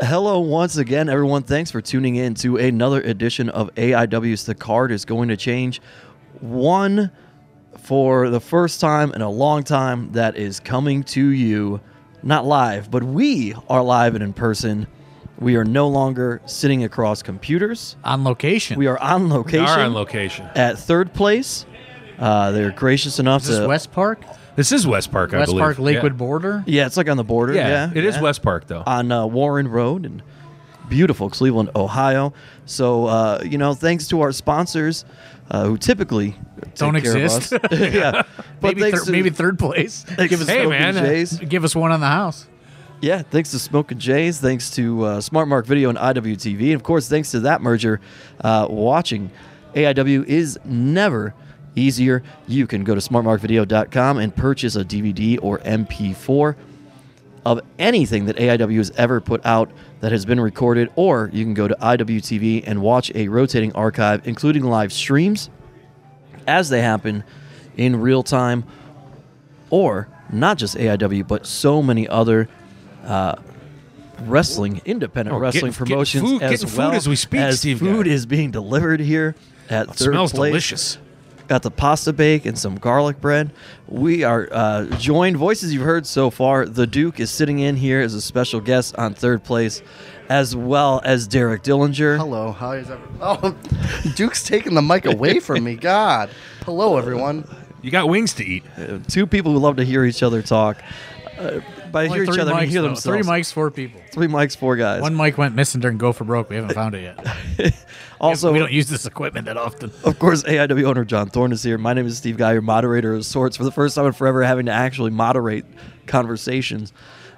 Hello, once again, everyone. Thanks for tuning in to another edition of AIW's The Card is Going to Change. One for the first time in a long time that is coming to you, not live, but we are live and in person. We are no longer sitting across computers. on location. We are on We location. are on location. at third place. Uh, they're gracious enough is this to. West Park? This is West Park, I West believe. Park Lakewood Yeah. border? yeah, it's like on the border. Yeah, Yeah, it is yeah. West Park though. on uh, Warren Road in beautiful Cleveland, Ohio. So uh, you know, thanks to our sponsors, uh, who typically Don't take care of exist. us. yeah, Maybe, thanks thir- to- maybe third place. thanks Give us, to Hey, Smoke man. and Jays. give us one on the house. Yeah, thanks to Smoke and Jays. Thanks to uh, Smart Mark Video and IWTV. And of course, thanks to that merger, uh, watching AIW is never easier. You can go to smartmarkvideo.com and purchase a DVD or MP4 of anything that AIW has ever put out that has been recorded, or you can go to IWTV and watch a rotating archive, including live streams as they happen in real time, or not just AIW, but so many other uh, wrestling, independent Oh, wrestling getting- getting promotions food- as getting food well. as we speak, as Steve food guy. is being delivered here at It third smells place. delicious. Got the pasta bake and some garlic bread. We are uh, joined voices you've heard so far. The Duke is sitting in here as a special guest on third place, as well as Derek Dillinger. Hello, how is everyone? Oh, Duke's taking the mic away from me. God. Hello, everyone. You got wings to eat. Two people who love to hear each other talk. Uh, by Only hear each three other, I mean mics, hear though. themselves. Three mics, four people. Three mics, four guys. One mic went missing during Go for Broke. We haven't found it yet. also, we don't use this equipment that often. Of course, AIW owner John Thorne is here. My name is Steve Guy, your moderator of sorts, for the first time in forever, having to actually moderate conversations,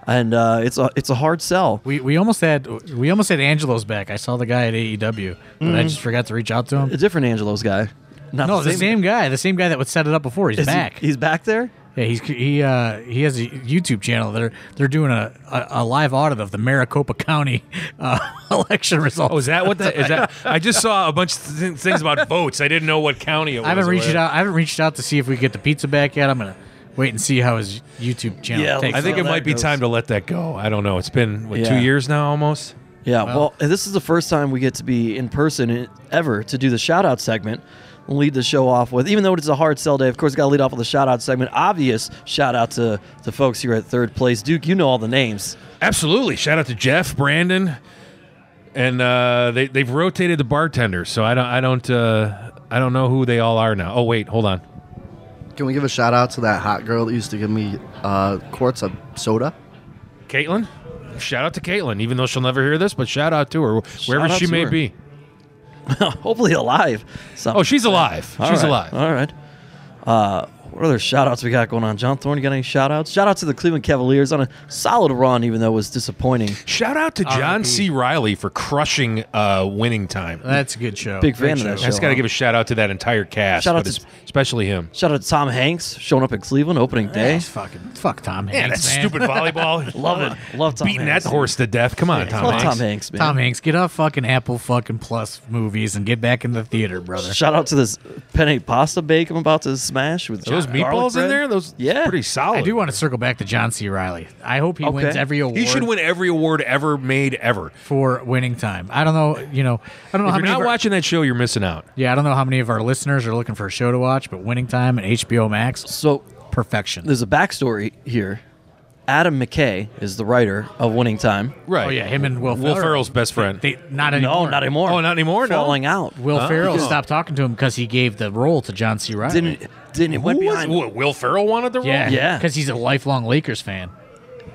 and uh, it's a it's a hard sell. We, we almost had we almost had Angelo's back. I saw the guy at AEW, but I Mm. just forgot to reach out to A him. different Angelo's guy, not No, the same guy, the same guy that would set it up before. He's Is he- back. he's back there. Yeah, he's he uh, he has a YouTube channel. They're they're doing a, a, a live audit of the Maricopa County uh, election results. Oh, is that what that is? That I just saw a bunch of th- things about votes. I didn't know what county it was. I haven't or reached whatever. out. I haven't reached out to see if we get the pizza back yet. I'm gonna wait and see how his YouTube channel Yeah, takes. I think So it that might be goes- time to let that go. I don't know. It's been what, two Yeah. years now almost. Yeah. Well, this is the first time we get to be in person in- ever to do the shout out segment. and Lead the show off with, even though it's a hard sell day, of course, got to lead off with a shout out segment. Obvious shout out to the folks here at third place. Duke, you know all the names. Absolutely. Shout out to Jeff, Brandon, and uh, they they've rotated the bartenders. So I don't I don't uh, I don't know who they all are now. Oh wait, hold on. Can we give a shout out to that hot girl that used to give me uh, quarts of soda? Caitlin. Shout out to Caitlin, even though she'll never hear this, but shout out to her wherever out she to may her. be. Hopefully alive. Some- Oh, she's alive. All she's right, alive. All right. Uh, what other shout outs we got going on? John Thorne, you got any shout outs? Shout out to the Cleveland Cavaliers on a solid run, even though it was disappointing. Shout out to John C. Riley for crushing uh, winning time. that's a good show. Big Great fan of that show. show. That's got to give a shout out to that entire cast, Shout out but to- es- especially him. Shout out to Tom Hanks showing up in Cleveland opening day. It's fucking fuck Tom Hanks. Man, that man. stupid volleyball. Love it. Love Tom Beating Hanks. that horse to death. Come on, Tom Love Hanks. Tom Hanks, man. Tom Hanks, get off fucking Apple fucking Plus movies and get back in the theater, brother. Shout out to this penne pasta bake I'm about to smash with Are those garlic meatballs in bread. there? Those yeah, pretty solid. I do want to circle back to John C. Riley. I hope he Okay. wins every award. He should win every award ever made ever. for winning time. I don't know. You know, I don't know If how you're many. not of our- watching that show, you're missing out. yeah, I don't know how many of our listeners are looking for a show to watch, but winning time and HBO Max, So perfection. there's a backstory here. Adam McKay is the writer of Winning Time. Right. Oh yeah, him and Will. Will Ferrell. Ferrell's best friend. They, not anymore. No, not anymore. Oh, not anymore? No. Falling out. Will Huh? Ferrell Yeah. stopped talking to him because he gave the role to John C. Riley. Didn't didn't it went Who was- behind? what, Will Ferrell wanted the role? yeah, Yeah. because he's a lifelong Lakers fan.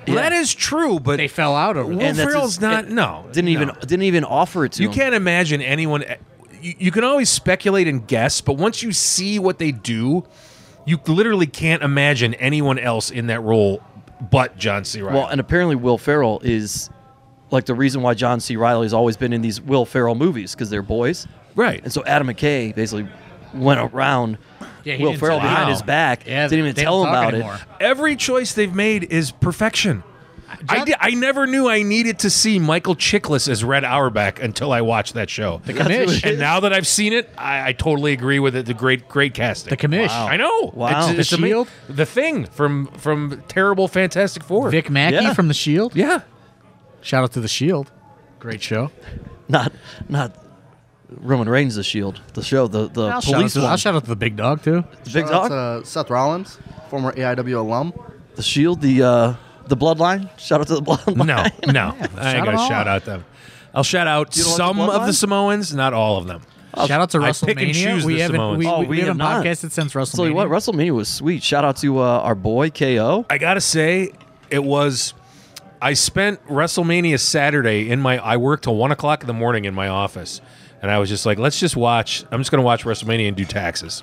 Well, That is true, but They fell out over. Will And that's Ferrell's his- not. it- no. didn't even no. didn't even offer it to You him. can't imagine anyone. eh, You, you can always speculate and guess, but once you see what they do, you literally can't imagine anyone else in that role but John C. Reilly. Well, and apparently Will Ferrell is like the reason why John C. Riley's always been in these Will Ferrell movies because they're boys. right. And so Adam McKay basically went around Yeah, he Will didn't Ferrell tell behind him. his back. Yeah, didn't even they tell don't him talk about anymore. it. Every choice they've made is perfection. I, di- I never knew I needed to see Michael Chiklis as Red Auerbach until I watched that show. commish. That's what it and now that I've seen it, I, I totally agree with it. The great, great casting. The commish. Wow. I know. Wow. It's, The it's ama- Shield? The thing from from terrible Fantastic Four. Vic Mackey Yeah. from The Shield. Yeah. Shout out to The Shield. Great show. Not not Roman Reigns, the Shield, the show, the the I'll, shout out, police to, I'll one, shout out to the big dog, too. the big Shout out dog, to Seth Rollins, former AIW alum. the Shield, the uh, the Bloodline. Shout out to the Bloodline. No, no, shout I ain't gonna 'em all shout out them. I'll shout out don't like some the of the bloodline? Samoans, not all of them. Shout out to I pick and WrestleMania. choose We the haven't, Samoans. we, Oh, we we have haven't not. podcasted since WrestleMania. So you what? WrestleMania was sweet. Shout out to uh, our boy KO. I gotta say, it was. I spent WrestleMania Saturday in my. I worked till one o'clock in the morning in my office, and I was just like, "Let's just watch. I'm just gonna watch WrestleMania and do taxes,"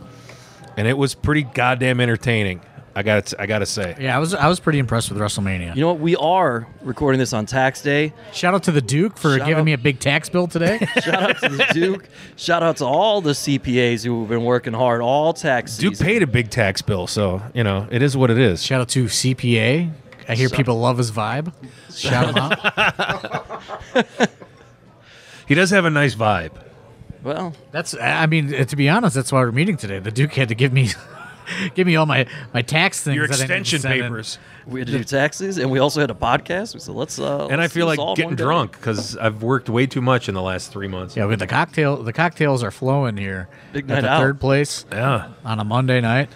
and it was pretty goddamn entertaining. I got. I gotta say, yeah, I was I was pretty impressed with WrestleMania. You know what? We are recording this on tax day. Shout out to the Duke for Shout giving out- me a big tax bill today. Shout out to the Duke. Shout out to all the CPAs who have been working hard all tax Duke season. paid a big tax bill, so you know it is what it is. Shout out to CPA. I hear people love his vibe. Shout him out. He does have a nice vibe. Well, That's I mean uh, to be honest, that's why we're meeting today. The Duke had to give me give me all my my tax things. Your that I need to extension send in. papers, we had to do taxes, and we also had a podcast. We said let's. Uh, and I let's do feel like this all in getting one day. drunk because I've worked way too much in the last three months. Yeah, but the cocktail the cocktails are flowing here. Big at night the out. third place Yeah. on a Monday night.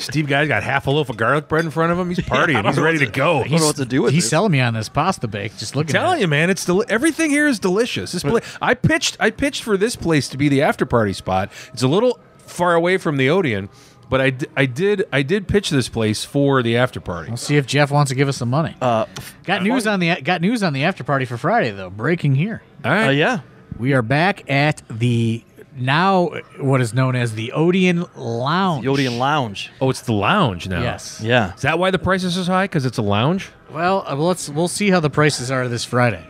Steve guy's got half a loaf of garlic bread in front of him. He's partying. He's ready to go. don't know what to do with He's this. selling me on this pasta bake. Just look at telling it. you, man, it's deli- everything here is delicious. This pla- I pitched, I pitched for this place to be the after party spot. It's a little far away from the Odeon, but I, d- I did, I did pitch this place for the after party. We'll see if Jeff wants to give us some money. Uh, got news on the got news on the after party for Friday though. Breaking here. All right, uh, yeah. We are back at the now what is known as the Odeon Lounge. The Odeon Lounge. Oh, it's the lounge now. Yes. Yeah. Is that why the price is so high? Because it's a lounge. Well, uh, let's we'll see how the prices are this Friday.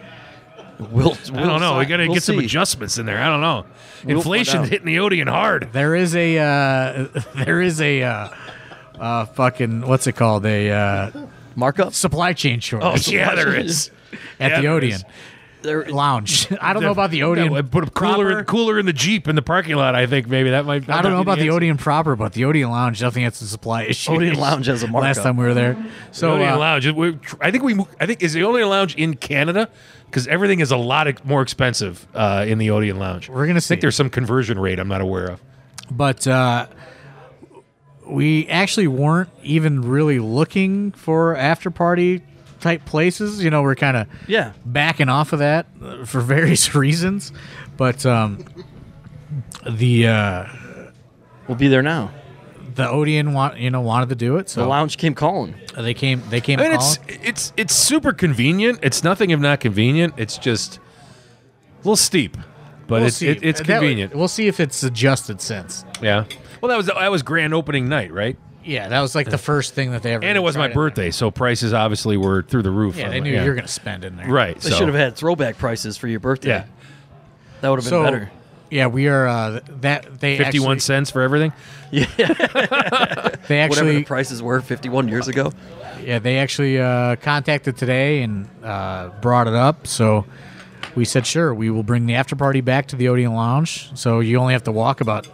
We'll, I don't know. We gotta we'll get some see. adjustments in there. I don't know. find Inflation's out. hitting the Odeon hard. There is a uh, there is a uh, uh, fucking what's it called a uh, markup. supply chain shortage yeah, there is. at Oh, yeah, the there Odeon is. There, Lounge. I don't know about the Odeon. Yeah, put a cooler, proper. cooler in the Jeep in the parking lot. I think maybe that might. I don't know about the answer. Odeon proper, but the Odeon Lounge definitely had some supply issues. Odeon Lounge has a Last markup. time we were there, The so Odeon uh, Lounge. we- I think we. I think is the only lounge in Canada because everything is a lot of- more expensive uh, in the Odeon Lounge. we're gonna I think see. there's some conversion rate I'm not aware of. but uh, we actually weren't even really looking for after party type places. You know, we're kind of Yeah. backing off of that uh, for various reasons, but um, the uh, We'll be there now. the Odeon want you know wanted to do it, Oh. The so lounge came calling. they came they came. I mean, calling. it's it's it's super convenient. It's nothing if not convenient. It's just a little steep, but We'll it's see. it, it's That- convenient. we'll see if it's adjusted since. yeah. Well, that was that was grand opening night, right? Yeah, that was like the first thing that they ever. And it was tried my in there. birthday, so prices obviously were through the roof. Yeah, on they my- knew you were gonna spend in there. Right. They so- should have had throwback prices for your birthday. Yeah. That would have been So better. yeah, we are uh, th- that they 51 actually, cents for everything. they Whatever the actually prices were 51 years ago. yeah they actually uh, contacted today and uh, brought it up. So we said sure we will bring the after party back to the Odeon Lounge. So you only have to walk about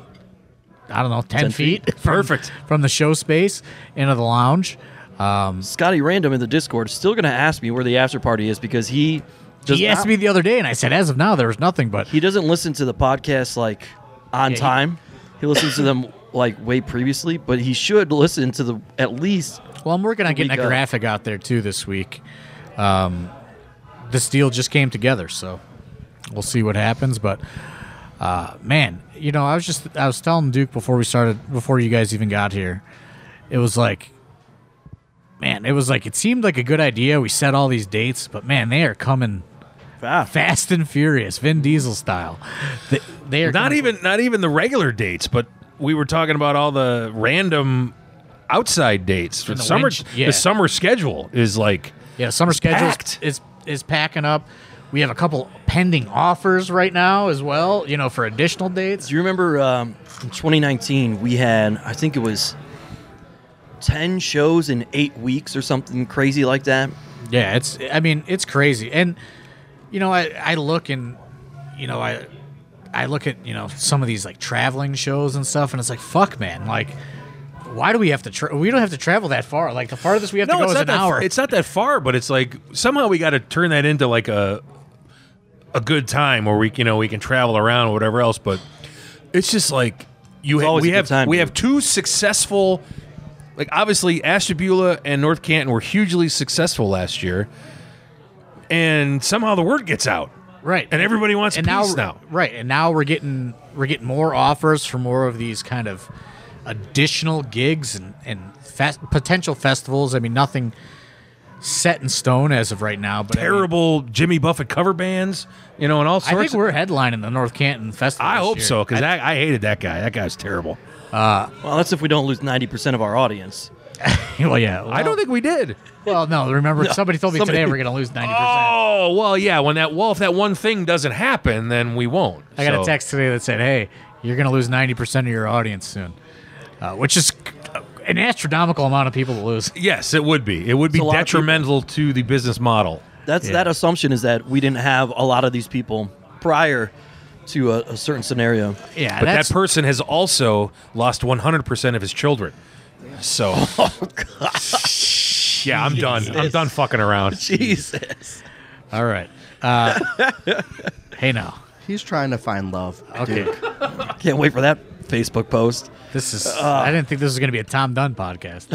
I don't know ten, 10 feet, feet. from- Perfect. from the show space into the lounge. Um, Scotty Random in the Discord is still going to ask me where the after party is because he does he asked not- me the other day, and I said as of now there was nothing, but he doesn't listen to the podcast like on he- time. He, listens to them like way previously, but he should listen to the at least. Well, I'm working on getting a week of. graphic out there too this week. Um, this deal just came together, so we'll see what happens. But uh, man, you know, I was just I was telling Duke before we started, before you guys even got here, it was like, man, it was like it seemed like a good idea. We set all these dates, but man, they are coming fast and furious, Vin Diesel style. They, they are not coming- even not even the regular dates, but we were talking about all the random outside dates. The, the summer winch- yeah. the summer schedule is like Yeah, summer schedule packed. is is packing up. We have a couple pending offers right now as well, you know, for additional dates. Do you remember um, from 2019? We had I think it was ten shows in eight weeks or something crazy like that. Yeah, it's I mean, it's crazy. And you know, I I look and you know, I I look at, you know, some of these like traveling shows and stuff and it's like, fuck man, like why do we have to? Tra- we don't have to travel that far. Like the farthest we have to go it's is not an that, hour. It's not that far, but it's like somehow we got to turn that into like a a good time where we you know we can travel around or whatever else. But it's just like you ha- always we a good have time, we dude. have two successful like obviously Ashtabula and North Canton were hugely successful last year, and somehow the word gets out right, and everybody wants and peace now. now, right, and now we're getting we're getting more offers for more of these kind of additional gigs and and fest- potential festivals. I mean, nothing set in stone as of right now, but I mean, Terrible Jimmy Buffett cover bands, you know, and all I, sorts. think of, we're headlining the North Canton Festival. I this hope year. so because I- I, I hated that guy. That guy was terrible. Well, that's if we don't lose 90% of our audience. well, yeah, I don't think we did. Well, no, remember somebody told me somebody- today we're going to lose ninety percent. Oh well, yeah. When that well, if that one thing doesn't happen, then we won't. I got Oh. So- a text today that said, "Hey, you're going to lose ninety percent of your audience soon," uh, which is an astronomical amount of people to lose. Yes, it would be. It would be It's a lot of people. Ah, detrimental to the business model. That's that assumption is that we didn't have a lot of these people prior to a, a certain scenario. Yeah, But that's that person has also lost 100% of his children. So, Oh, yeah, I'm done. I'm done fucking around. Jesus. all right. Uh, hey now, He's trying to find love. okay, Duke. Can't wait for that Facebook post. this is. I didn't think this was going to be a Tom Dunn podcast.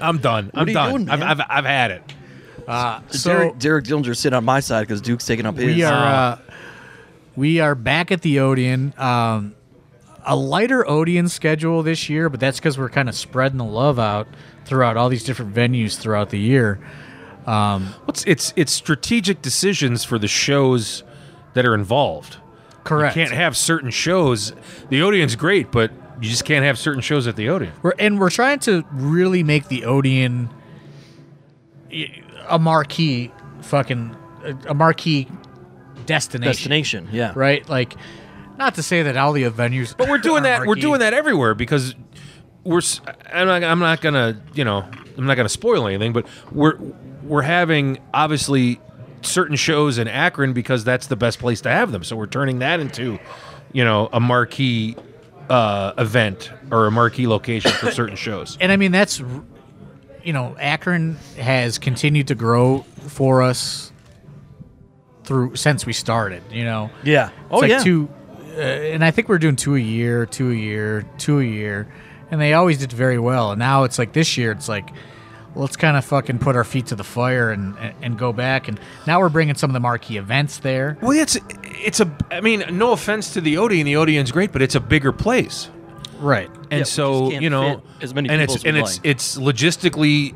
I'm done. I'm are you done. doing, I've, man? I've, I've had it. So Derek, Derek Dillinger sit on my side because Duke's taking up his. we are uh, we are back at the Odeon. Um, a lighter Odeon schedule this year, but that's because we're kind of spreading the love out throughout all these different venues throughout the year. What's it's it's strategic decisions for the shows that are involved. Correct. Can't have certain shows. The Odeon's great, but you just can't have certain shows at the Odeon. We're, and we're trying to really make the Odeon y- a marquee fucking a marquee destination, destination. Yeah. right? Like not to say that all the venues But we're doing that. We're doing that. that everywhere because we're. s- I'm not. I'm not gonna. You know. I'm not gonna spoil anything. But we're we're having obviously certain shows in Akron because that's the best place to have them. So we're turning that into, you know, a marquee uh, event or a marquee location for certain shows. and I mean that's you know Akron has continued to grow for us through since we started. You know, Yeah. It's Oh like yeah. Two, uh, and I think we're doing two a year, two a year, two a year, and they always did very well. And now it's like this year, it's like let's kind of fucking put our feet to the fire and, and and go back. And now we're bringing some of the marquee events there. Well, it's it's a. I mean, no offense to the Odeon. The Odeon's great, but it's a bigger place. Right. and Yeah, we so just can't you know fit as many and people it's as we'd and it's like. it's logistically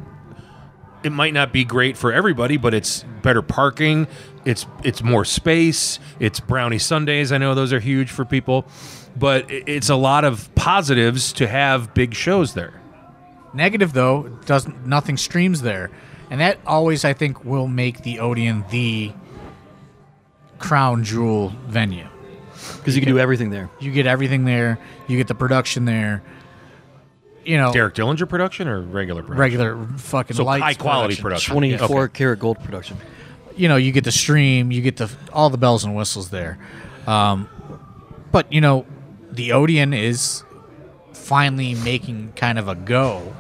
it might not be great for everybody but it's better parking it's it's more space it's brownie sundays i know those are huge for people but i- it's a lot of positives to have big shows there Negative though, doesn't nothing streams there, and that always I think will make the Odeon the crown jewel venue. Because you can do everything there. You get everything there. You get the production there. You know, derek dillinger production or regular production? regular fucking so lights high quality production. production, Yeah, Twenty-four okay. karat gold production. you know, you get the stream, you get the all the bells and whistles there. Um, but you know, the Odeon is finally making kind of a go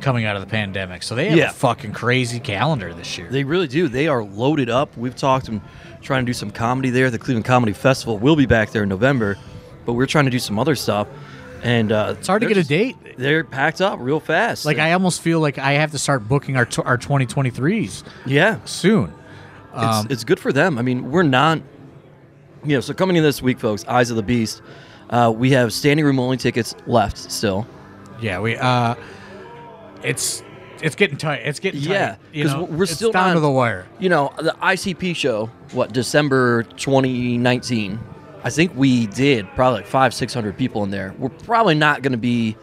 coming out of the pandemic. So they have Yeah. a fucking crazy calendar this year. They really do. They are loaded up. We've talked and trying to do some comedy there. The Cleveland Comedy Festival will be back there in November, but we're trying to do some other stuff. And uh, it's hard to get a date. They're packed up real fast. Like I almost feel like I have to start booking our t- our 2023s yeah, it's, soon. Um, it's good for them. I mean, we're not, you know. So coming in this week, folks, Eyes of the Beast. Uh, we have standing room only tickets left still. Yeah, we uh it's it's getting tight. It's getting Yeah, tight. You 'cause know, we're It's still down not- to the wire. You know, the ICP show, what, December 2019, I think we did probably like five, 600 people in there. We're probably not going to be,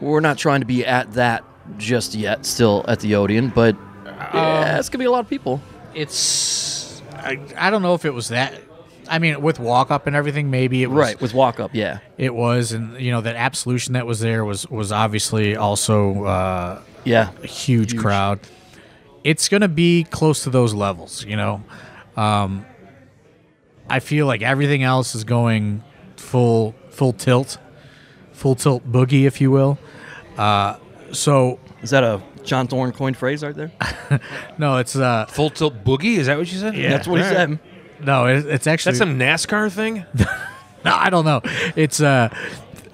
we're not trying to be at that just yet, still at the Odeon, but yeah, it's going to be a lot of people. it's I, I don't know if it was that I mean with walk up and everything maybe it was Right, with walk up, yeah. it was and you know that absolution that was there was was obviously also uh, Yeah. a huge, crowd it's going to be close to those levels you know um I feel like everything else is going full full tilt full tilt boogie, if you will. Uh, so Is that a John Thorne coin phrase right there? no, it's uh, Full tilt boogie? Is that what you said? Yeah. That's what he All said. right. no, it, it's actually That's some NASCAR thing. No, I don't know. It's uh,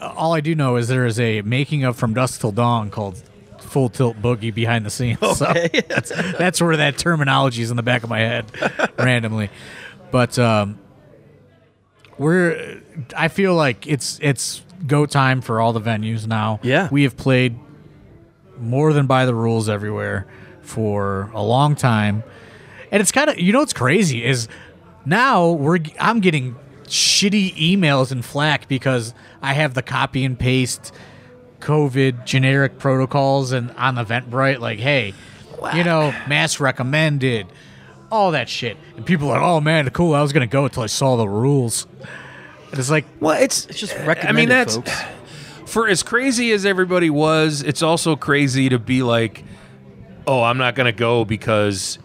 all I do know is there is a making of from dusk till dawn called Full Tilt Boogie behind the scenes. Oh, So that's, that's where that terminology is in the back of my head randomly. But um, we're I feel like it's it's go time for all the venues now. Yeah. we have played more than by the rules everywhere for a long time. And it's kind of you know what's crazy is now we're I'm getting shitty emails and flack because I have the copy and paste COVID generic protocols and on Eventbrite like hey, you know, mask recommended, all that shit. And people are like, "Oh man, cool. I was going to go until I saw the rules." And it's like Well, it's It's just I mean, recommended, that's folks. for as crazy as everybody was. It's also crazy to be like, "Oh, I'm not gonna go because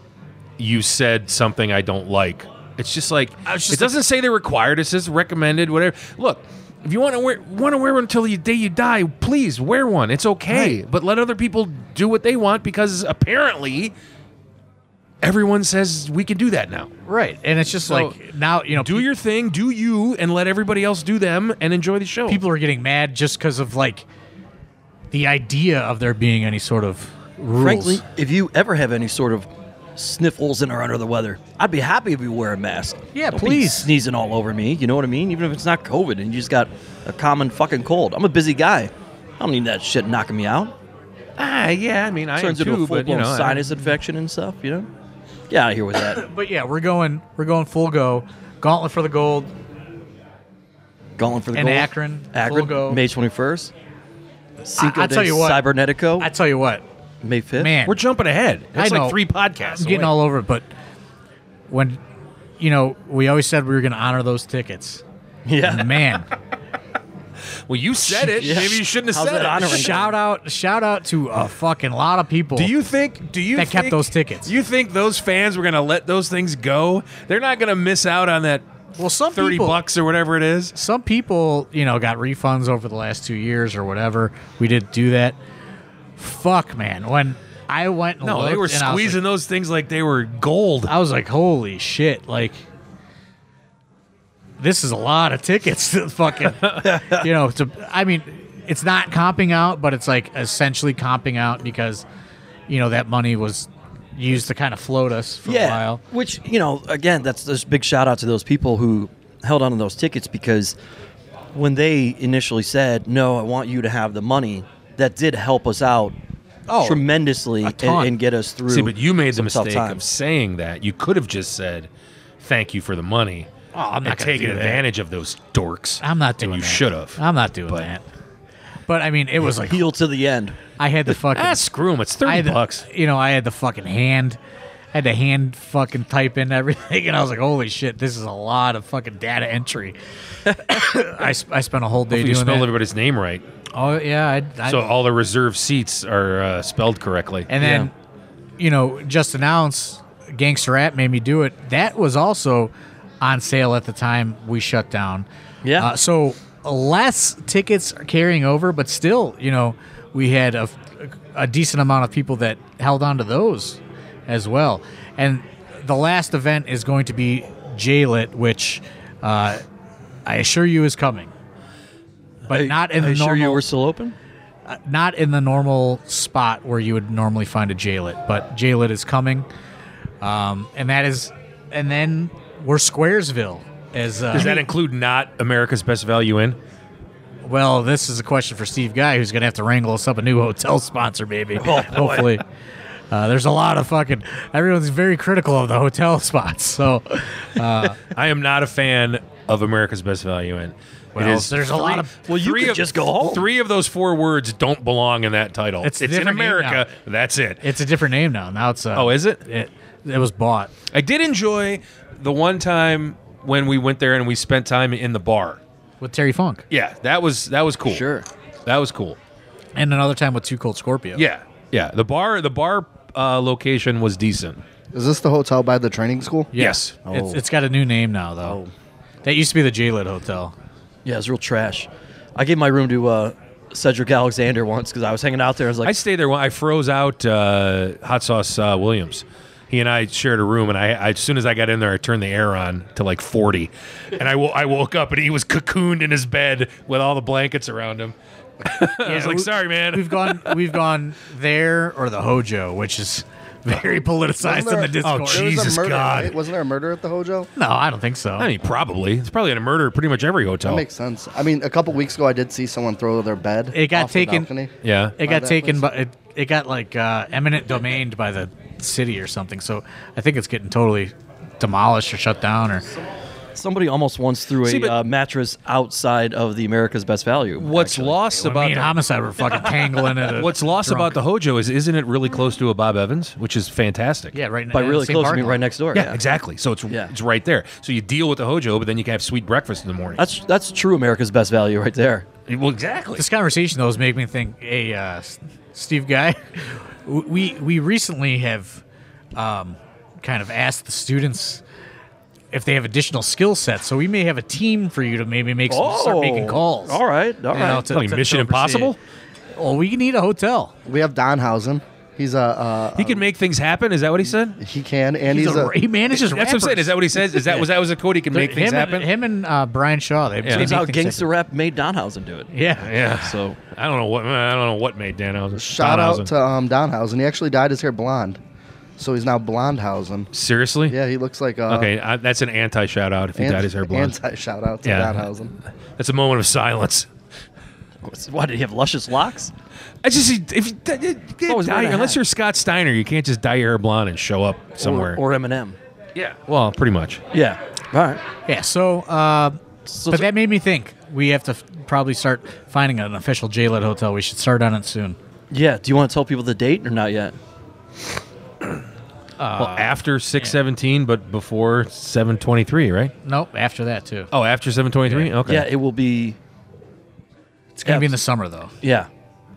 you said something I don't like." It's just like was just it doesn't say they're required. It says recommended. Whatever. Look, if you want to wear want to wear one until the day you die, please wear one. It's okay, but let other people do what they want because apparently everyone says we can do that now. right. And it's just So, like now, you know, Do your thing, do you, and let everybody else do them and enjoy the show. people are getting mad just because of like the idea of there being any sort of rules. Frankly, if you ever have any sort of sniffles and are under the weather, I'd be happy if you wear a mask. Yeah, Don't be please. sneezing all over me. You know what I mean? Even if it's not COVID and you just got a common fucking cold. I'm a busy guy. I don't need that shit knocking me out. Ah, yeah. I mean, I Turns am into too, a full but you blown know, I- sinus infection and stuff. You know? Get out of here with that but yeah, we're going we're going full go. Gauntlet for the gold. gauntlet for the And gold. Akron, Akron, Fulgo. May 21st. Cinco I- I tell de you what. Cybernetico, I tell you what, May 5th. man, we're jumping ahead. It's I know. like three podcasts. I'm getting away. all over it. But when you know, we always said we were going to honor those tickets. Yeah. Man, well, you said it. Yeah. Maybe you shouldn't have How's said that it. honoring? shout out, shout out to a fucking lot of people. Do you think? Do you That kept think- those tickets. You think those fans were going to let those things go? They're not going to miss out on that Well, some thirty people, bucks or whatever it is. some people, you know, got refunds over the last two years or whatever. We did do that. Fuck, man. When I went, and No, they looked were and I was like, squeezing those things like they were gold. I was like, holy shit, like this is a lot of tickets to fucking you know, to I mean, it's not comping out, but it's like essentially comping out because you know that money was used to kind of float us for yeah, a while. Which you know, again, that's this big shout out to those people who held on to those tickets because when they initially said, "No, I want you to have the money," that did help us out Oh, tremendously a and, ton. and get us through. See, but you made some the tough mistake of times. saying that. You could have just said, "Thank you for the money." Oh, I'm and not gonna taking do that. advantage of those dorks. I'm not And doing you that. should have. I'm not doing But- that. But I mean, it was like heel to the end. I had the fucking Ah, screw them. It's thirty I had the- bucks. You know, I had the fucking hand. I had to hand fucking type in everything, and I was like, "Holy shit, this is a lot of fucking data entry." I, sp- I spent a whole day If you doing spelled that. everybody's name right. oh yeah, I, I, So all the reserve seats are uh, spelled correctly. and then you know, just announced Gangster Rap made me do it. That was also on sale at the time we shut down. Yeah. Uh, so less tickets are carrying over, but still, you know, we had a, a decent amount of people that held on to those as well. And the last event is going to be Jaylit, which uh, I assure you is coming. But not in Are the you sure normal you were still open? not in the normal spot where you would normally find a jaylit, but jaylit is coming, um, and that is, and then we're Squaresville as uh, Does that include not America's Best Value in? well. This is a question for Steve Guy, who's gonna have to wrangle us up a new hotel sponsor, maybe. Oh, Hopefully, uh, there's a lot of fucking. Everyone's very critical of the hotel spots, so I am not a fan of America's Best Value in. Well, there's a lot of- Well, you three could of, just go home. Three of those four words don't belong in that title. It's It's, a in different name America. That's it. it's a different name now. Now it's uh, Oh, is it? it? It was bought. I did enjoy the one time when we went there and we spent time in the bar. With Terry Funk, Yeah, that was that was cool. Sure. that was cool. and another time with Two Cold Scorpio. Yeah, yeah. The bar, the bar uh, location was decent. Is this the hotel by the training school? Yeah. Yes. Oh. It's, it's got a new name now, though. That used to be the Jaylit Hotel. Yeah, it's real trash. I gave my room to uh, Cedric Alexander once because I was hanging out there. I was like, I stayed there. When I froze out uh, Hot Sauce uh, Williams. He and I shared a room, and I, I as soon as I got in there, I turned the air on to like forty, and I, wo- I woke up and he was cocooned in his bed with all the blankets around him. I was like, "Sorry, man." We've gone we've gone there or the Hojo, which is very politicized in the Wasn't there- Discord. Oh, There was a Jesus murder, God. right? Wasn't there a murder at the Hojo? No, I don't think so. I mean, probably it's probably in a murder at pretty much every hotel. That makes sense. I mean, a couple weeks ago, I did see someone throw their bed. It got off the taken- balcony. yeah, it got that taken place. by it, it got like uh, eminent domained by the city or something. So I think it's getting totally demolished or shut down or somebody almost once threw a See, but- uh, mattress outside of the America's Best Value. what's lost When about me and the- homicide were fucking tangling at a what's lost drunk- about the Hojo is isn't it really close to a Bob Evans, which is fantastic. yeah right in- by in the really same close, I parking mean lot. right next door. Yeah, exactly. So it's Yeah. it's right there. So you deal with the Hojo, but then you can have sweet breakfast in the morning. That's that's true America's Best Value right there. well, exactly. This conversation though is making me think. Hey, uh, S- Steve Guy, w- we we recently have um, kind of asked the students if they have additional skill sets. So we may have a team for you to maybe make some, start making calls. Oh. All right, all right. You know, to- Oh, Like to- Mission to oversee. Impossible? Well, we need a hotel. We have Donhausen. He's a. Uh, he can make things happen. Is that what he said? he can, and he's, He's a. a- he manages. That's what I'm saying. Is that what he says? Is that was that was a quote? He can make things him, happen. And, him and uh, Brian Shaw. They, they That's make how things gangster rap happen. made Donhausen do it. Yeah, Yeah. So I don't know what I don't know what made Dan Housen. shout Donhausen. out to um, Donhausen. He actually dyed his hair blonde, so he's now Blondhausen. seriously. Yeah, he looks like. Uh, Okay, I, that's an anti shout out if he ant- dyed his hair blonde. Anti shout out to Yeah. Donhausen. That's a moment of silence. why did he have luscious locks? I just if you, d- d- d- always dye- wearing a unless hat. you're Scott Steiner, you can't just dye your hair blonde and show up somewhere. or, or Eminem? yeah, well, pretty much. Yeah. All right. yeah. So, uh, So- but that made me think. We have to f- probably start finding an official J-Lit hotel. We should start on it soon. Yeah. Do you want to tell people the date or not yet? well, after six seventeen, but before seven twenty three, right? Nope. After that too. Oh, after seven twenty three. Okay. Yeah, it will be. It's gonna be in the summer though. Yeah.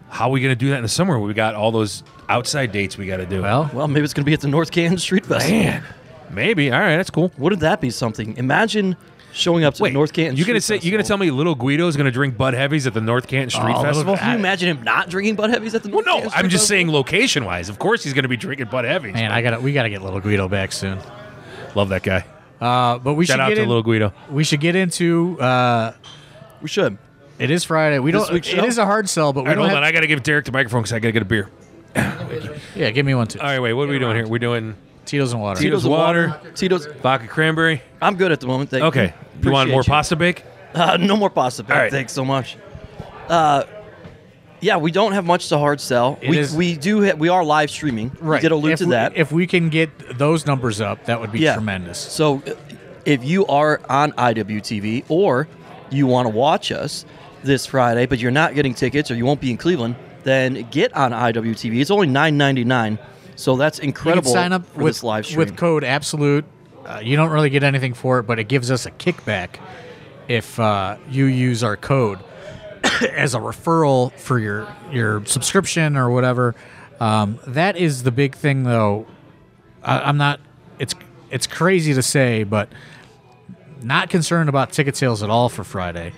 How are we gonna do that in the summer? We got all those outside dates we got to do. Well, Well, maybe it's going to be at the North Canton Street Festival. man, maybe. All right, that's cool. Wouldn't that be something? Imagine showing up to the North Canton. you're gonna say Street you're gonna tell Festival. me little Guido's gonna drink Bud Heavies at the North Canton Street Oh, Little Festival? Guy. Can you imagine him not drinking Bud Heavies at the Well, North no, Canton I'm Street just Festival? saying location wise. Of course, he's gonna be drinking Bud Heavies. man, I got to We got to get little Guido back soon. Love that guy. Uh, but we Shout should out get to in- little Guido. We should get into. Uh, we should. it is Friday. We This don't. week's It show? is a hard sell, but we All right, don't. hold Have, on. I gotta give Derek the microphone because I gotta get a beer. yeah, give me one too. All right, wait. What are we doing here? We're doing Tito's and water. Tito's Tito's water. water. Tito's. vodka cranberry. I'm good at the moment. Thank you. Okay. You want Appreciate more pasta bake? Uh, no more pasta. Pat. All right. Thanks so much. Uh, yeah, we don't have much to hard sell. It we is- we do ha- we are live streaming. We did allude if to we, that. If we can get those numbers up, that would be yeah. tremendous. So, uh, if you are on IWTV or you want to watch us this Friday, but you're not getting tickets or you won't be in Cleveland, then get on IWTV. It's only nine ninety nine, so that's You can incredible. sign up for with this live stream. with code absolute. Uh, you don't really get anything for it, but it gives us a kickback if uh, you use our code as a referral for your your subscription or whatever. Um, that is the big thing, though. I, I'm not. It's it's crazy to say, but not concerned about ticket sales at all for Friday.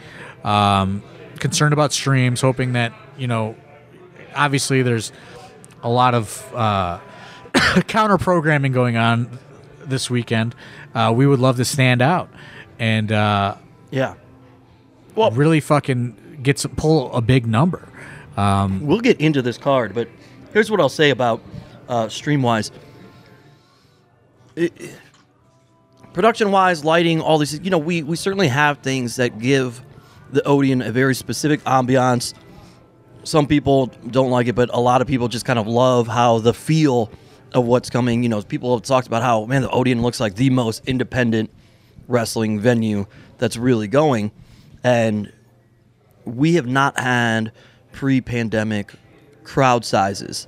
Um, concerned about streams, hoping that you know. Obviously, there's a lot of uh, counter programming going on this weekend. Uh, we would love to stand out and uh, yeah, really fucking get some pull a big number. Um, we'll get into this card, but here's what I'll say about uh, stream wise. Production wise, lighting, all these, you know, we, we certainly have things that give the Odeon a very specific ambiance. Some people don't like it, but a lot of people just kind of love how the feel of what's coming. You know, people have talked about how, man, the Odeon looks like the most independent wrestling venue that's really going. And we have not had pre-pandemic crowd sizes.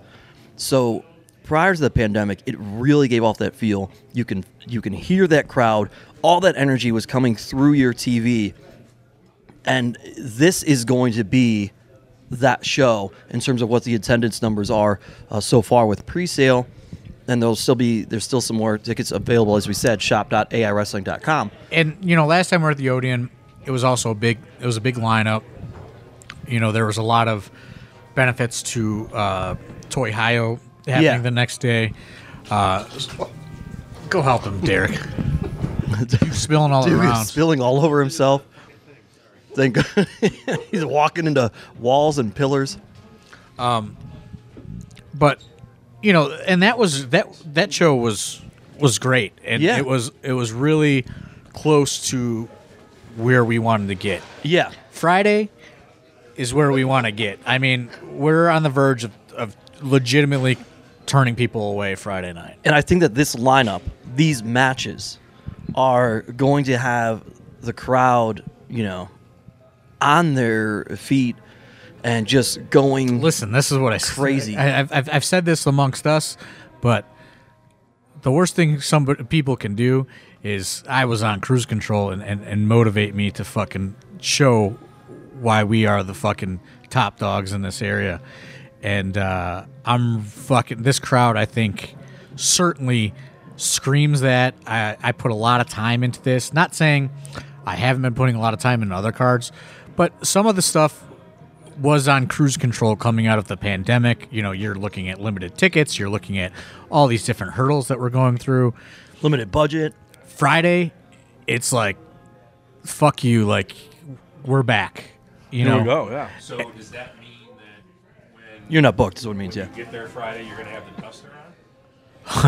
So prior to the pandemic, it really gave off that feel. You can you can hear that crowd. All that energy was coming through your TV. And this is going to be that show in terms of what the attendance numbers are uh, so far with pre-sale. And there'll still be there's still some more tickets available as we said shop.aiwrestling.com. and you know, last time we were at the Odeon, it was also a big. It was a big lineup. you know, there was a lot of benefits to uh, Toy Hio happening Yeah. the next day. Uh, go help him, Derek. You're spilling all Dude around. is spilling all over himself. Thank God. He's walking into walls and pillars. but you know and that was that that show was was great and Yeah. it was it was really close to where we wanted to get Yeah. friday is where we want to get i mean we're on the verge of, of legitimately turning people away friday night And I think that this lineup, these matches, are going to have the crowd, you know, on their feet and just going. listen this is what i s- Crazy. I, I've, I've, I've said this amongst us but the worst thing some b- people can do is i was on cruise control and, and, and motivate me to fucking show why we are the fucking top dogs in this area and uh, i'm fucking this crowd i think certainly screams that I, I put a lot of time into this not saying i haven't been putting a lot of time in other cards but some of the stuff was on cruise control coming out of the pandemic. You know, you're looking at limited tickets, you're looking at all these different hurdles that we're going through. limited budget. Friday, it's like, fuck you, like, we're back. You know, go. Yeah. So does that mean that when You're not booked, is what it means, yeah. get there Friday, you're gonna have the duster on?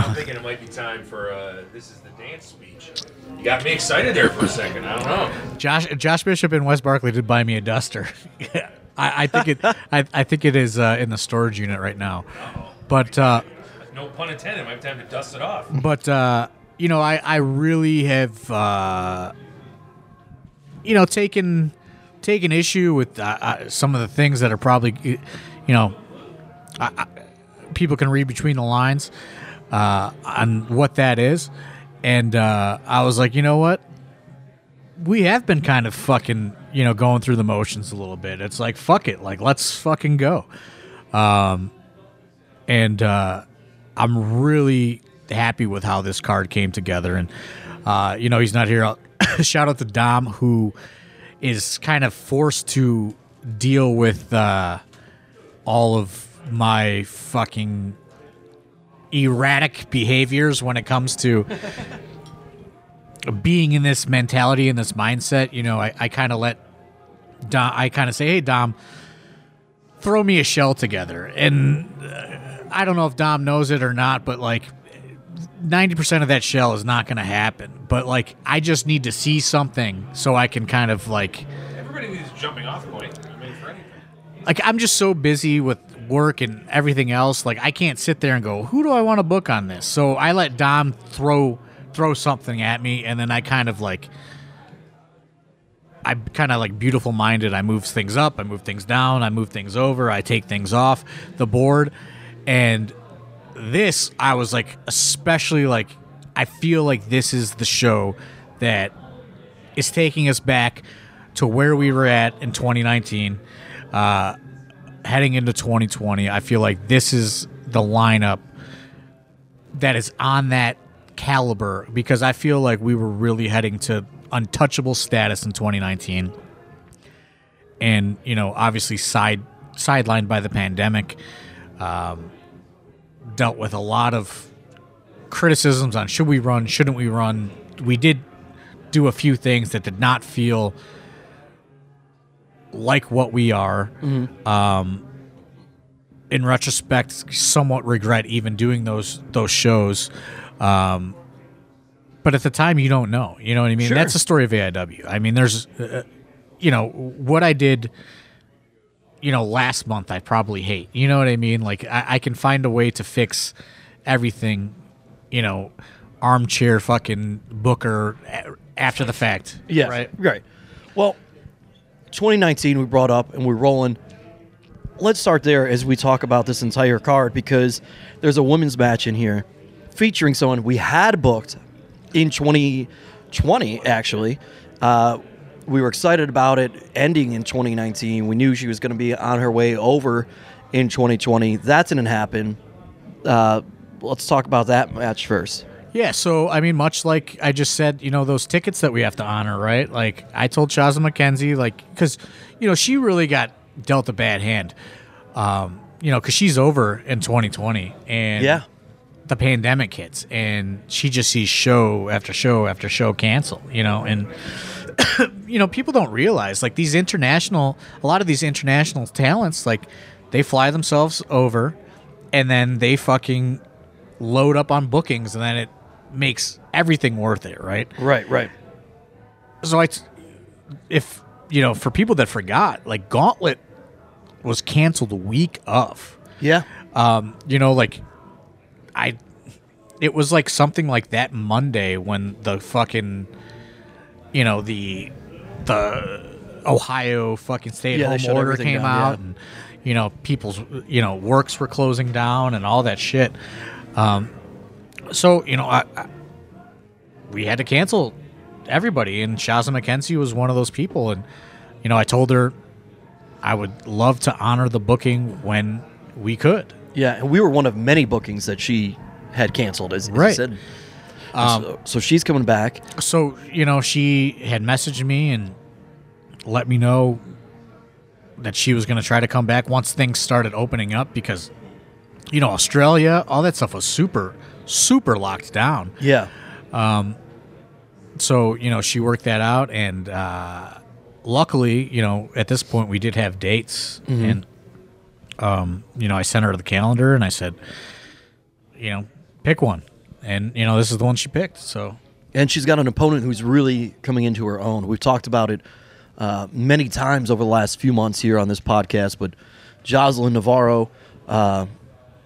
I'm thinking it might be time for uh, this is the dance speech. You got me excited there for a second. I don't know. Josh Josh Bishop and Wes Barkley did buy me a duster. I, I think it I, I think it is uh, in the storage unit right now. But uh, No pun intended. Might be time to dust it off. but uh, you know, I I really have uh, you know taken taken issue with uh, uh, some of the things that are probably you know I, I, people can read between the lines uh, on what that is, and uh, I was like, you know what, we have been kind of fucking you know going through the motions a little bit. It's like fuck it, like let's fucking go Um, and uh, I'm really happy with how this card came together. And uh, you know, he's not here. Shout out to Dom, who is kind of forced to deal with uh, all of my fucking erratic behaviors when it comes to being in this mentality and this mindset. You know, I, I kind of let Dom. I kind of say, "Hey, Dom." Throw me a shell together, and I don't know if Dom knows it or not, but like 90% of that shell is not going to happen. But like, I just need to see something so I can kind of like, Everybody needs a jumping off point. I mean, for anything. like I'm just so busy with work and everything else. Like, I can't sit there and go, who do I want to book on this? So I let Dom throw, throw something at me. And then I kind of like, I kind of like beautiful minded. I move things up, I move things down, I move things over, I take things off the board. And this, I was like, especially like, I feel like this is the show that is taking us back to where we were at in 2019, uh, heading into 2020. I feel like this is the lineup that is on that caliber because I feel like we were really heading to untouchable status in 2019. And, you know, obviously side sidelined by the pandemic, um, dealt with a lot of criticisms on should we run, shouldn't we run. We did do a few things that did not feel like what we are. Um, Mm-hmm. in retrospect, somewhat regret even doing those those shows. Um, but at the time, you don't know. You know what I mean? Sure. That's the story of AIW. I mean, there's, uh, you know, what I did, you know, last month, I probably hate. You know what I mean? Like, I, I can find a way to fix everything, you know, armchair fucking booker a- after the fact. Yes. Right. Right. Well, 2019 we brought up and we're rolling. Let's start there as we talk about this entire card because there's a women's match in here featuring someone we had booked in 2020, actually. Uh, we were excited about it ending in 2019. We knew she was going to be on her way over in 2020. That didn't happen. Uh, let's talk about that match first. Yeah, so I mean, much like I just said, you know, those tickets that we have to honor, right? Like I told Shaza McKenzie, like because you know she really got dealt a bad hand. Um, you know, because she's over in 2020, and Yeah. the pandemic hits, and she just sees show after show after show cancel. You know, and you know people don't realize like these international, a lot of these international talents, like they fly themselves over, and then they fucking load up on bookings, and then it makes everything worth it, right? Right, right. so I, t- if you know, for people that forgot, like Gauntlet was canceled the week of. Yeah. Um, you know, like I, it was like something like that Monday when the fucking, you know, the the Ohio fucking stay Yeah, they at shut home order everything came down, out, yeah. and you know, people's you know works were closing down and all that shit. Um, so you know, I, I, we had to cancel everybody, and Shaza McKenzie was one of those people, and you know, I told her I would love to honor the booking when we could. Yeah, and we were one of many bookings that she had canceled, as, as you Right. said. so, so she's coming back. so you know she had messaged me and let me know that she was going to try to come back once things started opening up because you know australia all that stuff was super super locked down Yeah. so you know she worked that out and uh luckily you know at this point we did have dates and um you know i sent her the calendar and i said you know pick one and you know this is the one she picked so and she's got an opponent who's really coming into her own. We've talked about it uh, many times over the last few months here on this podcast, but Jocelyn Navarro. Uh,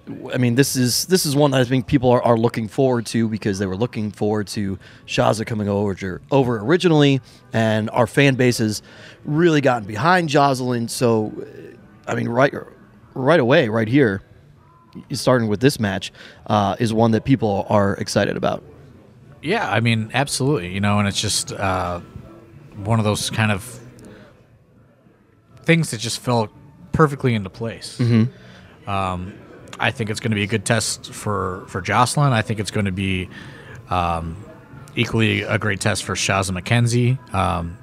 w- I mean, this is this is one that I think people are, are looking forward to because they were looking forward to Shaza coming over to- over originally, and our fan base has really gotten behind Jocelyn. So, uh, I mean, right right away, right here, starting with this match, uh, is one that people are excited about. Yeah, I mean, absolutely. You know, and it's just uh, one of those kind of things that just fell perfectly into place. Um, I think it's going to be a good test for for Jocelyn. I think it's going to be um, equally a great test for Shaza McKenzie. Um,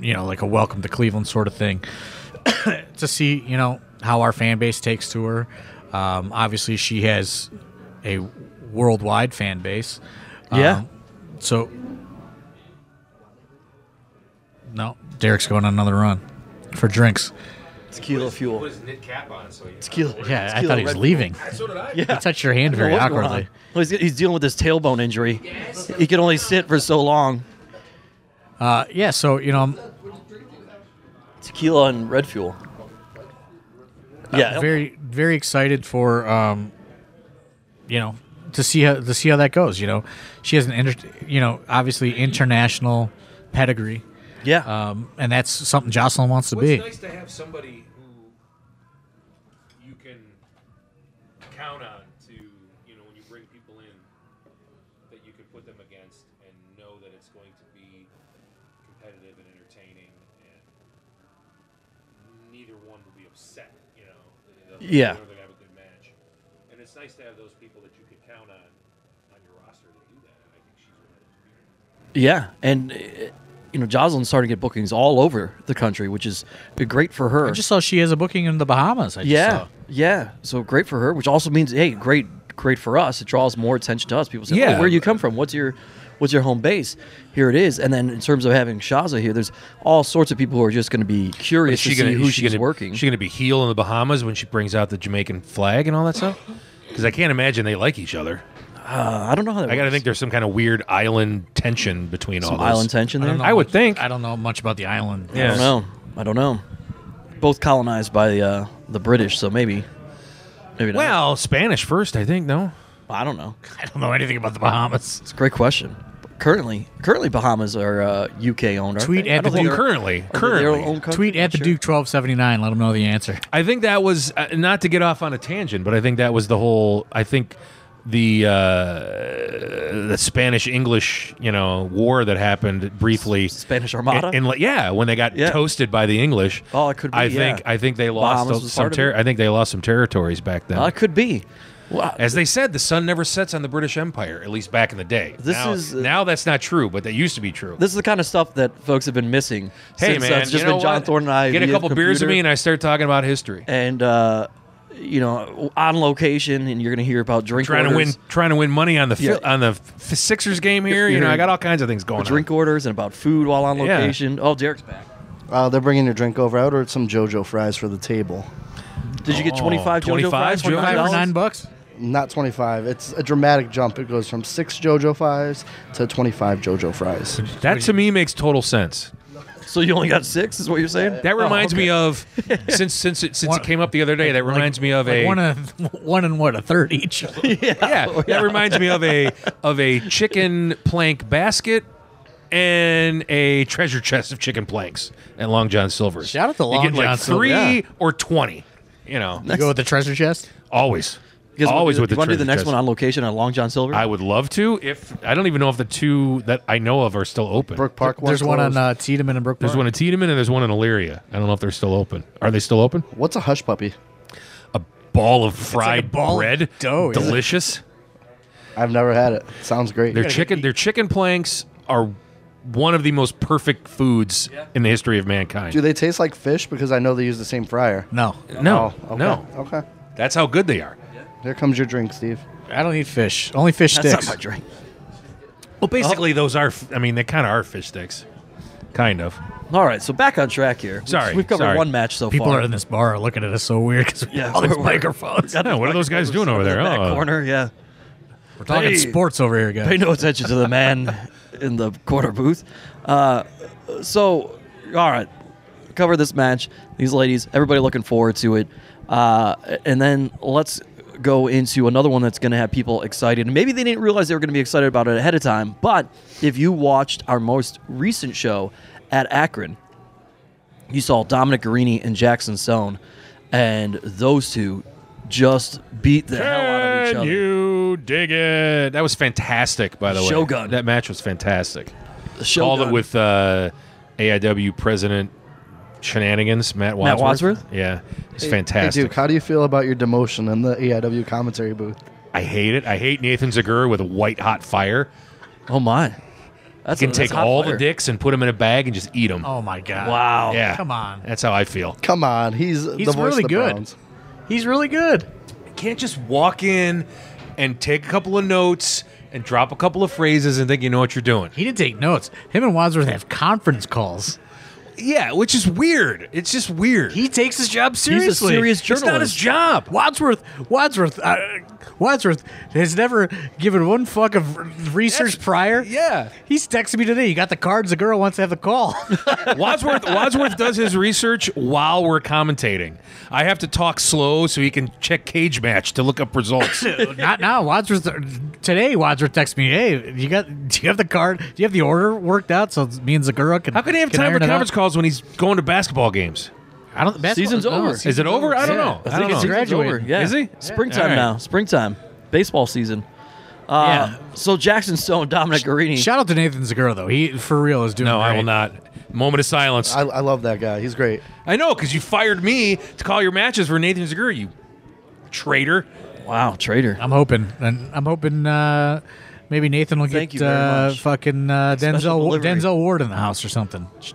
you know, like a welcome to Cleveland sort of thing to see you know how our fan base takes to her. Um, obviously, she has a worldwide fan base. Yeah. So, no, Derek's going on another run for drinks. Tequila fuel. was Nick Cap on? So you Tequila. Yeah, I tequila thought he was Red leaving. so did I. He touched your hand Bull. very What's going awkwardly. on? Well, he's, he's dealing with this tailbone injury. He can only sit for so long. Uh, yeah, so you know, I'm Tequila and red fuel. Uh, Yeah, uh, very very excited for um, you know to see how to see how that goes. You know, she has an inter- you know obviously international pedigree, yeah. um, and that's something Jocelyn wants to Well, be. It's nice to have somebody who you can count on to, you know, when you bring people in, that you can put them against and know that it's going to be competitive and entertaining, and neither one will be upset, you know. the other- the Yeah. other guy have a good match, and it's nice to have those people that you can count on on your roster to do that. And I think she's one of those people. yeah, and uh, you know, Jocelyn's starting to get bookings all over the country, which is great for her. I just saw she has a booking in the Bahamas. I just yeah, saw. yeah. So great for her, which also means hey, great, great for us. It draws more attention to us. People say, Yeah. oh, where you come from? What's your What's your home base? Here it is. And then in terms of having Shaza here, there's all sorts of people who are just going to be curious to see who she's working. She gonna be heel in the Bahamas when she brings out the Jamaican flag and all that stuff? Because I can't imagine they like each other. I don't know how that I gotta works. think there's some kind of weird island tension between all some those. island tension I there. don't know I would much- think. I don't know much about the island. I Yeah. don't know. I don't know. Both colonized by uh, the British, so maybe. Maybe not. Well, Spanish first, I think. No, I don't know. I don't know anything about the Bahamas. It's a great question. Currently, currently Bahamas are uh, UK owned. aren't Tweet they? at I don't the think they're- Duke. well, currently, are they their currently. own country? Tweet at the Sure. Duke twelve seventy nine. Let them know the answer. I think that was uh, not to get off on a tangent, but I think that was the whole. I think the uh, the Spanish English, you know, war that happened briefly. Spanish And, Armada. and like, yeah, when they got Yeah. toasted by the English. Oh, it could be, I think yeah. I think they lost Bahamas was some. part of Ter- it. I think they lost some territories back then. Uh, it could be. Wow. As they said, the sun never sets on the British Empire, at least back in the day. This now, is, uh, now that's not true, but that used to be true. This is the kind of stuff that folks have been missing. hey since, uh, man, it's you just know been John what? Thornton and I get a via couple the beers with computer. me, and I start talking about history. and uh, you know on location, and you're going to hear about drink trying to win, orders, trying to win money on the Yeah. Phil- on the F- Sixers game here. You know, I got all kinds of things going drink orders, and about food while on Yeah. location. Oh, Derek's back. Uh, they're bringing your drink over. I ordered some JoJo fries for the table. Did you get Oh, 25 JoJo 25 fries? JoJo Five or $29? nine bucks. Not 25. It's a dramatic jump. It goes from six JoJo fries to 25 JoJo fries. on. That to me makes total sense. So you only got six, is what you're saying? That reminds okay. me of since since it, since One- it came up the other day. That reminds me of Like a one a one and what a third each. yeah. That reminds me of a of a chicken plank basket and a treasure chest of chicken planks at Long John Silver's. Shout out to Long you get John like Silver, three yeah. or twenty. You know, You go with the treasure chest. always. You guys wanna Always do, with you the want to do treasure the next chest. one on location at Long John Silver? I would love to. If I don't even know if the two that I know of are still open. Brook Park one. There's one on closed. uh, Tiedemann and Brook There's one Park. in Tiedemann and there's one in Elyria. I don't know if they're still open. Are they still open? What's a hush puppy? A ball of fried ball of bread, dough, yeah. delicious. I've never had it. Sounds great. Their chicken, their chicken planks are one of the most perfect foods in the history of mankind. Do they taste like fish? Because I know they use the same fryer. No, no, Oh, okay. no, Okay. that's how good they are. Here comes your drink, Steve. I don't eat fish. Only fish That's sticks. not my drink. Well, basically, those are. f- I mean, they kind of are fish sticks, kind of. All right, so back on track here. We've- Sorry, We've covered sorry. one match so People far. are in this bar are looking at us so weird because we Yeah, have all these we're- we're- microphones. Got Yeah, the what are those guys doing over in the there? back Oh. corner, yeah. We're talking Hey. sports over here, Pay guys. no attention to the man in the corner booth. Uh, so, all right, cover this match. These ladies, everybody looking forward to it. Uh, and then let's go into another one that's going to have people excited. And maybe they didn't realize they were going to be excited about it ahead of time. But if you watched our most recent show at Akron, you saw Dominic Guarini and Jackson Stone, and those two just beat the hell out of each Can other. you dig it? That was fantastic, by the way. Shogun. That match was fantastic. Called Shogun. it with uh, AIW president shenanigans, Matt Matt Wadsworth. Wadsworth? Yeah, it's Hey, fantastic. Duke, how do you feel about your demotion in the EIW commentary booth? I hate it. I hate Nathan Zagura with a white hot fire. Oh my. That's He can that's take hot all fire. the dicks and put them in a bag and just eat them. Oh my god! Wow. yeah, come on. That's how I feel. Come on, he's the He's voice really of the good. Browns. he's really good. can't just walk in and take a couple of notes and drop a couple of phrases and think you know what you're doing. He didn't take notes. Him and Wadsworth have conference calls. Yeah, which is weird. It's just weird. He takes his job seriously. serious it's not his journalist. job. Wadsworth, Wadsworth, uh, Wadsworth has never given one fuck of r- research That's- prior. yeah. he's texting me today. You got the cards. The girl wants to have the call. Wadsworth Wadsworth does his research while we're commentating. I have to talk slow so he can check cage match to look up results. Not now. Wadsworth uh, today. Wadsworth texts me. Hey, you got? Do you have the card? Do you have the order worked out so me and Zagura can? How can he have time for iron it out? conference calls when he's going to basketball games? I don't. basketball- Season's no, over. Is it over? I don't Yeah. know. I I think don't it's know. Season's graduating. over, Yeah. Is he? Springtime Yeah. now. Springtime. Baseball season. Uh, So Jackson Stone, Dominic Guarini. Shout out to Nathan Zagura though. He for real is doing. No, I great. will not. Moment of silence. I, I love that guy. He's great. I know, because you fired me to call your matches for Nathan Zagura, you traitor. wow, traitor. I'm hoping, and I'm hoping uh, maybe Nathan will Thank you get very uh, much. fucking uh, Special Denzel delivery. Denzel Ward in the house or something.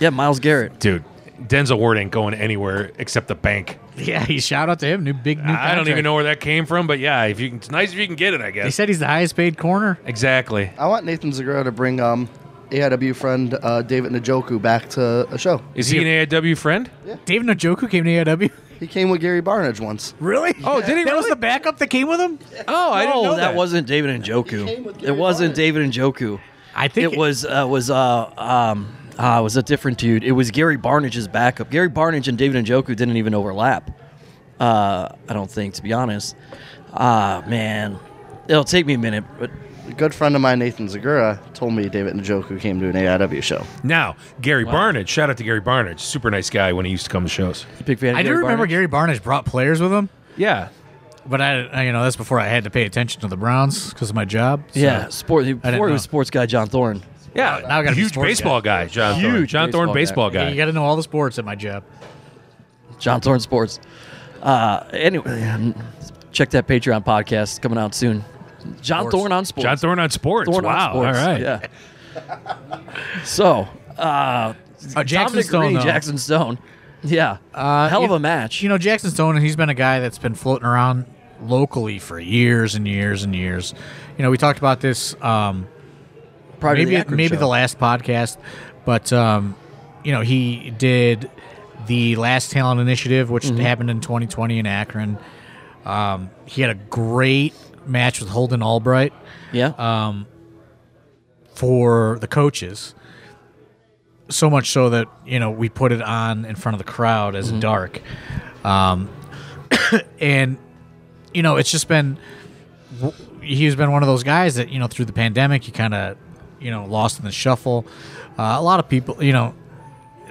Yeah, Miles Garrett. Dude, Denzel Ward ain't going anywhere except the bank. Yeah, he shout out to him. New big. New I don't contract. even know where that came from, but yeah, if you can, it's nice if you can get it, I They guess. said he's the highest paid corner. Exactly. I want Nathan Zagura to bring um, AIW friend uh, David Njoku back to a show. Is he an AIW friend? David Njoku came to E AIW. He came with Gary Barnage once. Really? Oh, did he That was really? the backup that came with him. Oh, I didn't no, know that. that. wasn't David and He came Joku. with It Gary wasn't Barnett. David and Joku. I think It was uh, was uh um uh, was a different dude. It was Gary Barnage's backup. Gary Barnage and David and Joku didn't even overlap. Uh, I don't think, to be honest. Ah, man, it'll take me a minute, but A good friend of mine, Nathan Zagura, told me David Njoku came to an AIW show. Now, Gary Barnage, shout out to Gary Barnage. Super nice guy when he used to come to shows. big fan. Of I do Gary remember Barnage. Gary Barnage brought players with him, Yeah. but I, I you know that's before I had to pay attention to the Browns because of my job. so- Yeah, sport. Before he know. was sports guy John Thorne. Yeah. now I gotta be Huge sports baseball guy, John Thorne. Huge John Thorne baseball baseball Yeah, guy. you got to know all the sports at my job. John Thorne Sports. Uh, anyway, Check that Patreon podcast coming out soon. John Thorne on sports. John Thorne on sports. Thorne on wow. sports. All right. Yeah. so, uh, Uh, Jackson Dominic Stone, Green, though. Jackson Stone. Yeah. Uh, Hell of you- a match. You know, Jackson Stone, and he's been a guy that's been floating around locally for years and years and years. You know, we talked about this um, prior maybe to the Akron maybe show. the last podcast, but um, you know, he did the last talent initiative, which Mm-hmm. happened in 2020 in Akron. Um, he had a great match with Holden Albright Yeah. uh, for the coaches. So much so that you know we put it on in front of the crowd as a dark, um, and you know it's just been w- he's been one of those guys that you know through the pandemic he kind of you know lost in the shuffle. Uh, a lot of people, you know,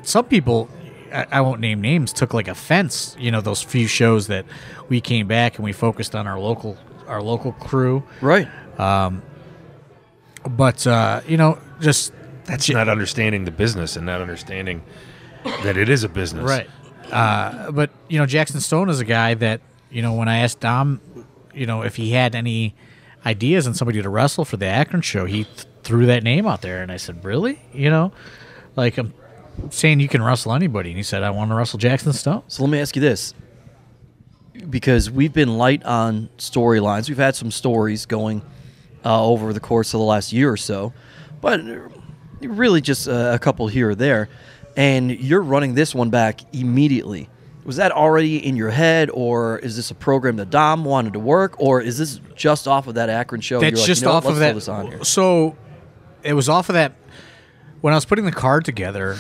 some people I, I won't name names took like offense you know those few shows that we came back and we focused on our local our local crew right. but uh you know just That's not understanding the business and not understanding that it is a business. Right. Uh, but you know, Jackson Stone is a guy that you know. When I asked Dom, you know, if he had any ideas on somebody to wrestle for the Akron show, he th- threw that name out there, and I said, "Really? You know, like I'm saying you can wrestle anybody." And he said, "I want to wrestle Jackson Stone." So let me ask you this. Because we've been light on storylines. We've had some stories going uh, over the course of the last year or so, but really just a, a couple here or there. And you're running this one back immediately. Was that already in your head, or is this a program that Dom wanted to work, or is this just off of that Akron show? That's You're like, just you know what, off of let's throw that. this on here. So it was off of that. When I was putting the card together,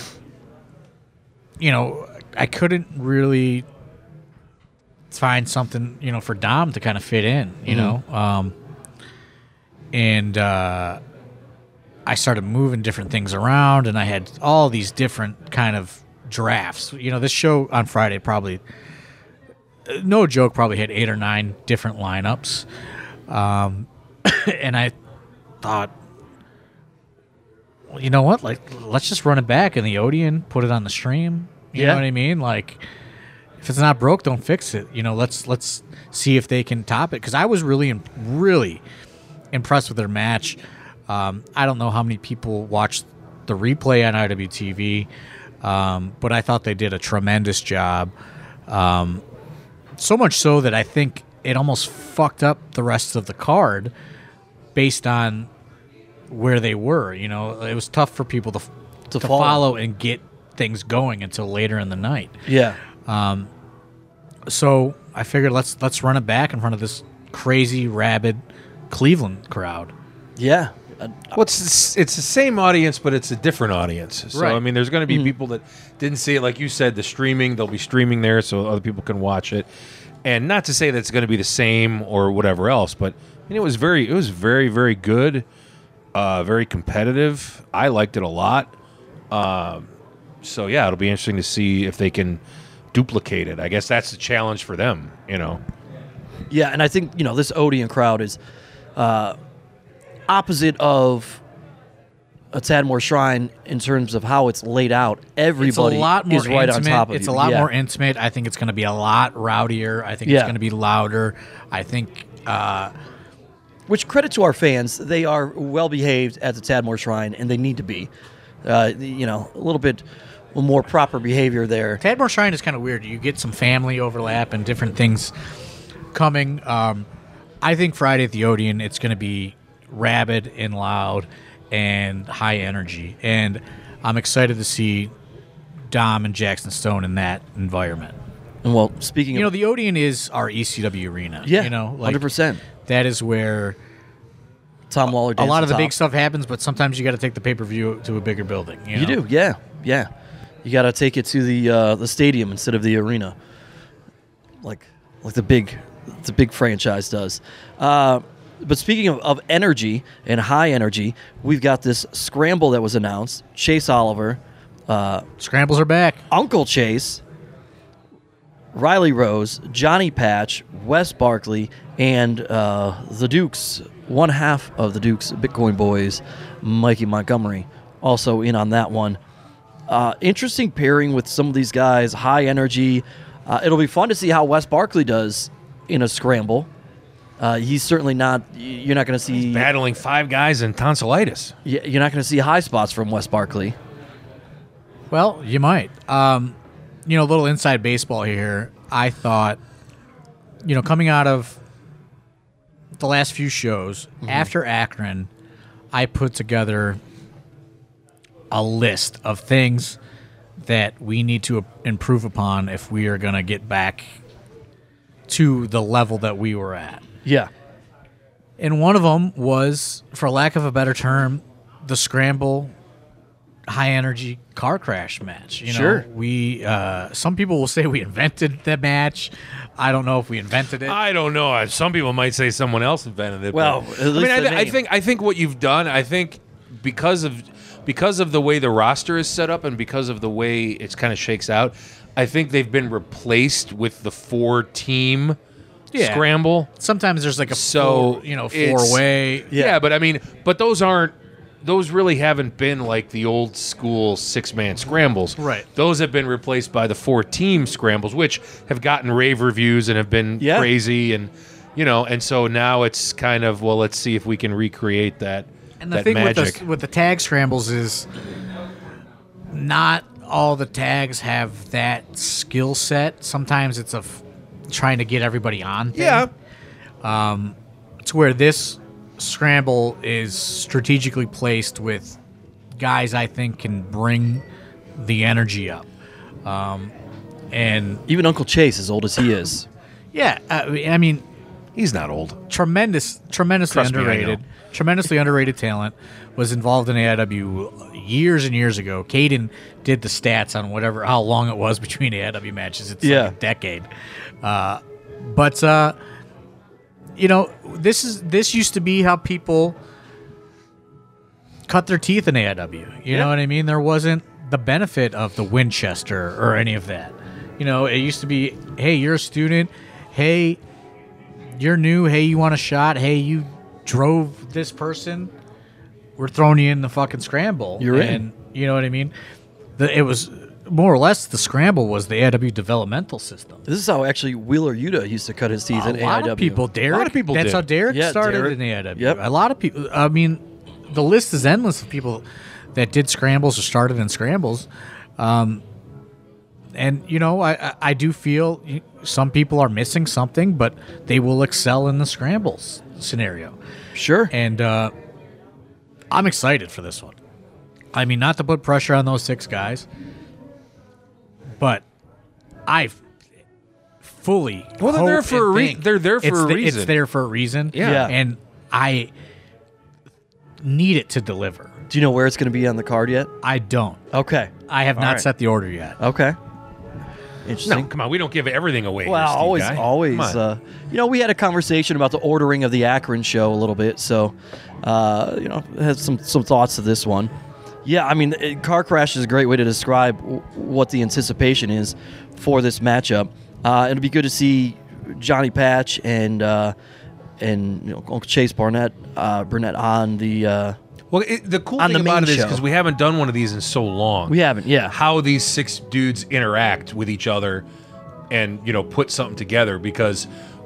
you know, I couldn't really find something, you know, for Dom to kind of fit in, you Mm-hmm. know. Um, and uh, I started moving different things around, and I had all these different kind of drafts. You know, this show on Friday probably, uh, no joke, probably had eight or nine different lineups. Um, and I thought, well, you know what? Like, let's just run it back in the Odeon, put it on the stream. You Yeah. know what I mean? Like, if it's not broke, don't fix it. You know, let's let's see if they can top it. Because I was really, im- really impressed with their match. Um, I don't know how many people watched the replay on IWTV, um, but I thought they did a tremendous job. Um, so much so that I think it almost fucked up the rest of the card based on where they were. You know, it was tough for people to f- To to, follow. follow and get things going until later in the night. Yeah. So I figured let's let's run it back in front of this crazy rabid Cleveland crowd. Yeah. Uh, What's it's, it's the same audience, but it's a different audience. So Right. I mean, there's going to be people that didn't see it, like you said. The streaming, they'll be streaming there, so other people can watch it. And not to say that's going to be the same or whatever else, but I mean, it was very, it was very, very good, uh, very competitive. I liked it a lot. Um, so yeah, it'll be interesting to see if they can duplicate it. I guess that's the challenge for them. You know, Yeah, and I think you know this Odeon crowd is uh, opposite of a Tadmore Shrine in terms of how it's laid out. Everybody it's a lot more is right intimate. on top of It's you. a lot Yeah. more intimate. I think it's going to be a lot rowdier. I think Yeah. it's going to be louder. I think uh, Which credit to our fans, they are well behaved at the Tadmore Shrine, and they need to be. Uh, you know, a little bit more proper behavior there. Tadmore Shrine is kind of weird. You get some family overlap and different things coming. Um, I think Friday at the Odeon, it's going to be rabid and loud and high energy, and I'm excited to see Dom and Jackson Stone in that environment. And well, speaking You know, of the Odeon is our ECW arena. yeah, you know, like hundred percent. that is where Tom Lawler. a danced lot on of the top. big stuff happens, but sometimes you got to take the pay per view to a bigger building. You, You know? do, yeah, yeah. You got to take it to the uh, the stadium instead of the arena, like like the big the big franchise does. Uh, but speaking of, of energy and high energy, we've got this scramble that was announced. Chase Oliver, uh, Scrambles are back. Uncle Chase, Riley Rose, Johnny Patch, Wes Barkley, and uh, the Dukes, one half of the Dukes Bitcoin Boys, Mikey Montgomery, also in on that one. Uh, interesting pairing with some of these guys, high energy. Uh, it'll be fun to see how Wes Barkley does in a scramble. Uh, he's certainly not. y- You're not going to see. Battling five guys in tonsillitis. y- You're not going to see high spots from Wes Barkley. Well, you might. Um, you know, a little inside baseball here. I thought, you know, coming out of the last few shows after Akron, I put together a list of things that we need to improve upon if we are going to get back to the level that we were at. Yeah. And one of them was, for lack of a better term, the scramble, high energy car crash match. You Sure. know, we uh, some people will say we invented the match. I don't know if we invented it. I don't know. Some people might say someone else invented it. Well, but- at least I, the mean, I, I name. think I think what you've done. I think because of because of the way the roster is set up and because of the way it's kind of shakes out, I think they've been replaced with the four team Yeah. scramble. Sometimes there's like a So, four, you know it's- four way. Yeah. but I mean, but those aren't those really haven't been like the old school six man scrambles. Right. Those have been replaced by the four team scrambles, which have gotten rave reviews and have been Yeah. crazy and you know, and so now it's kind of well, let's see if we can recreate that And the that thing magic. with the, with the tag scrambles is not all the tags have that skill set. Sometimes it's a f- trying to get everybody on. Thing. yeah. to where this scramble is strategically placed with guys I think can bring the energy up. Um, and Even Uncle Chase, as old as he is. yeah, I, I mean, He's not old. tremendous, tremendously Trust me, I underrated, know. tremendously underrated talent. Was involved in AIW years and years ago. Caden did the stats on whatever how long it was between AIW matches. It's Yeah. like a decade. Uh, but uh, you know, this is this used to be how people cut their teeth in AIW. You know what I mean? There wasn't the benefit of the Winchester or any of that. You know, it used to be, hey, you're a student. Hey, you're new. Hey, you want a shot. Hey, you drove this person. We're throwing you in the fucking scramble. You're in. and, You know what I mean? The, it was more or less the scramble was the AIW developmental system. This is how actually Wheeler Yuta used to cut his teeth in A lot AIW. of people, Derek. people That's did. how Derek Yeah, started Derek. in the AIW. Yep. A lot of people. I mean, the list is endless of people that did scrambles or started in scrambles. Um, and you know, I I- I do feel y- some people are missing something, but they will excel in the scrambles scenario. Sure. And uh, I'm excited for this one. I mean, not to put pressure on those six guys, but I f- fully Well, they're there hope for and a rea- think they're there for it's a the- reason. It's there for a reason. Yeah. Yeah. and I need it to deliver. Do you know where it's going to be on the card yet? I don't. Okay. I have All not right. set the order yet. Okay. No, Interesting. come on, we don't give everything away. Well, here, Steve always, guy. always. Come on. Uh, you know, we had a conversation about the ordering of the Akron show a little bit, so uh, you know, had some some thoughts to this one. Yeah, I mean, it, car crash is a great way to describe w- what the anticipation is for this matchup. Uh, it'll be good to see Johnny Patch and uh, and you know, Uncle Chase Barnett uh, Burnett on the. Uh, well, it, the cool on the thing about it main is show. because we haven't done one of these in so long. we haven't, yeah. how these six dudes interact with each other and you know put something together because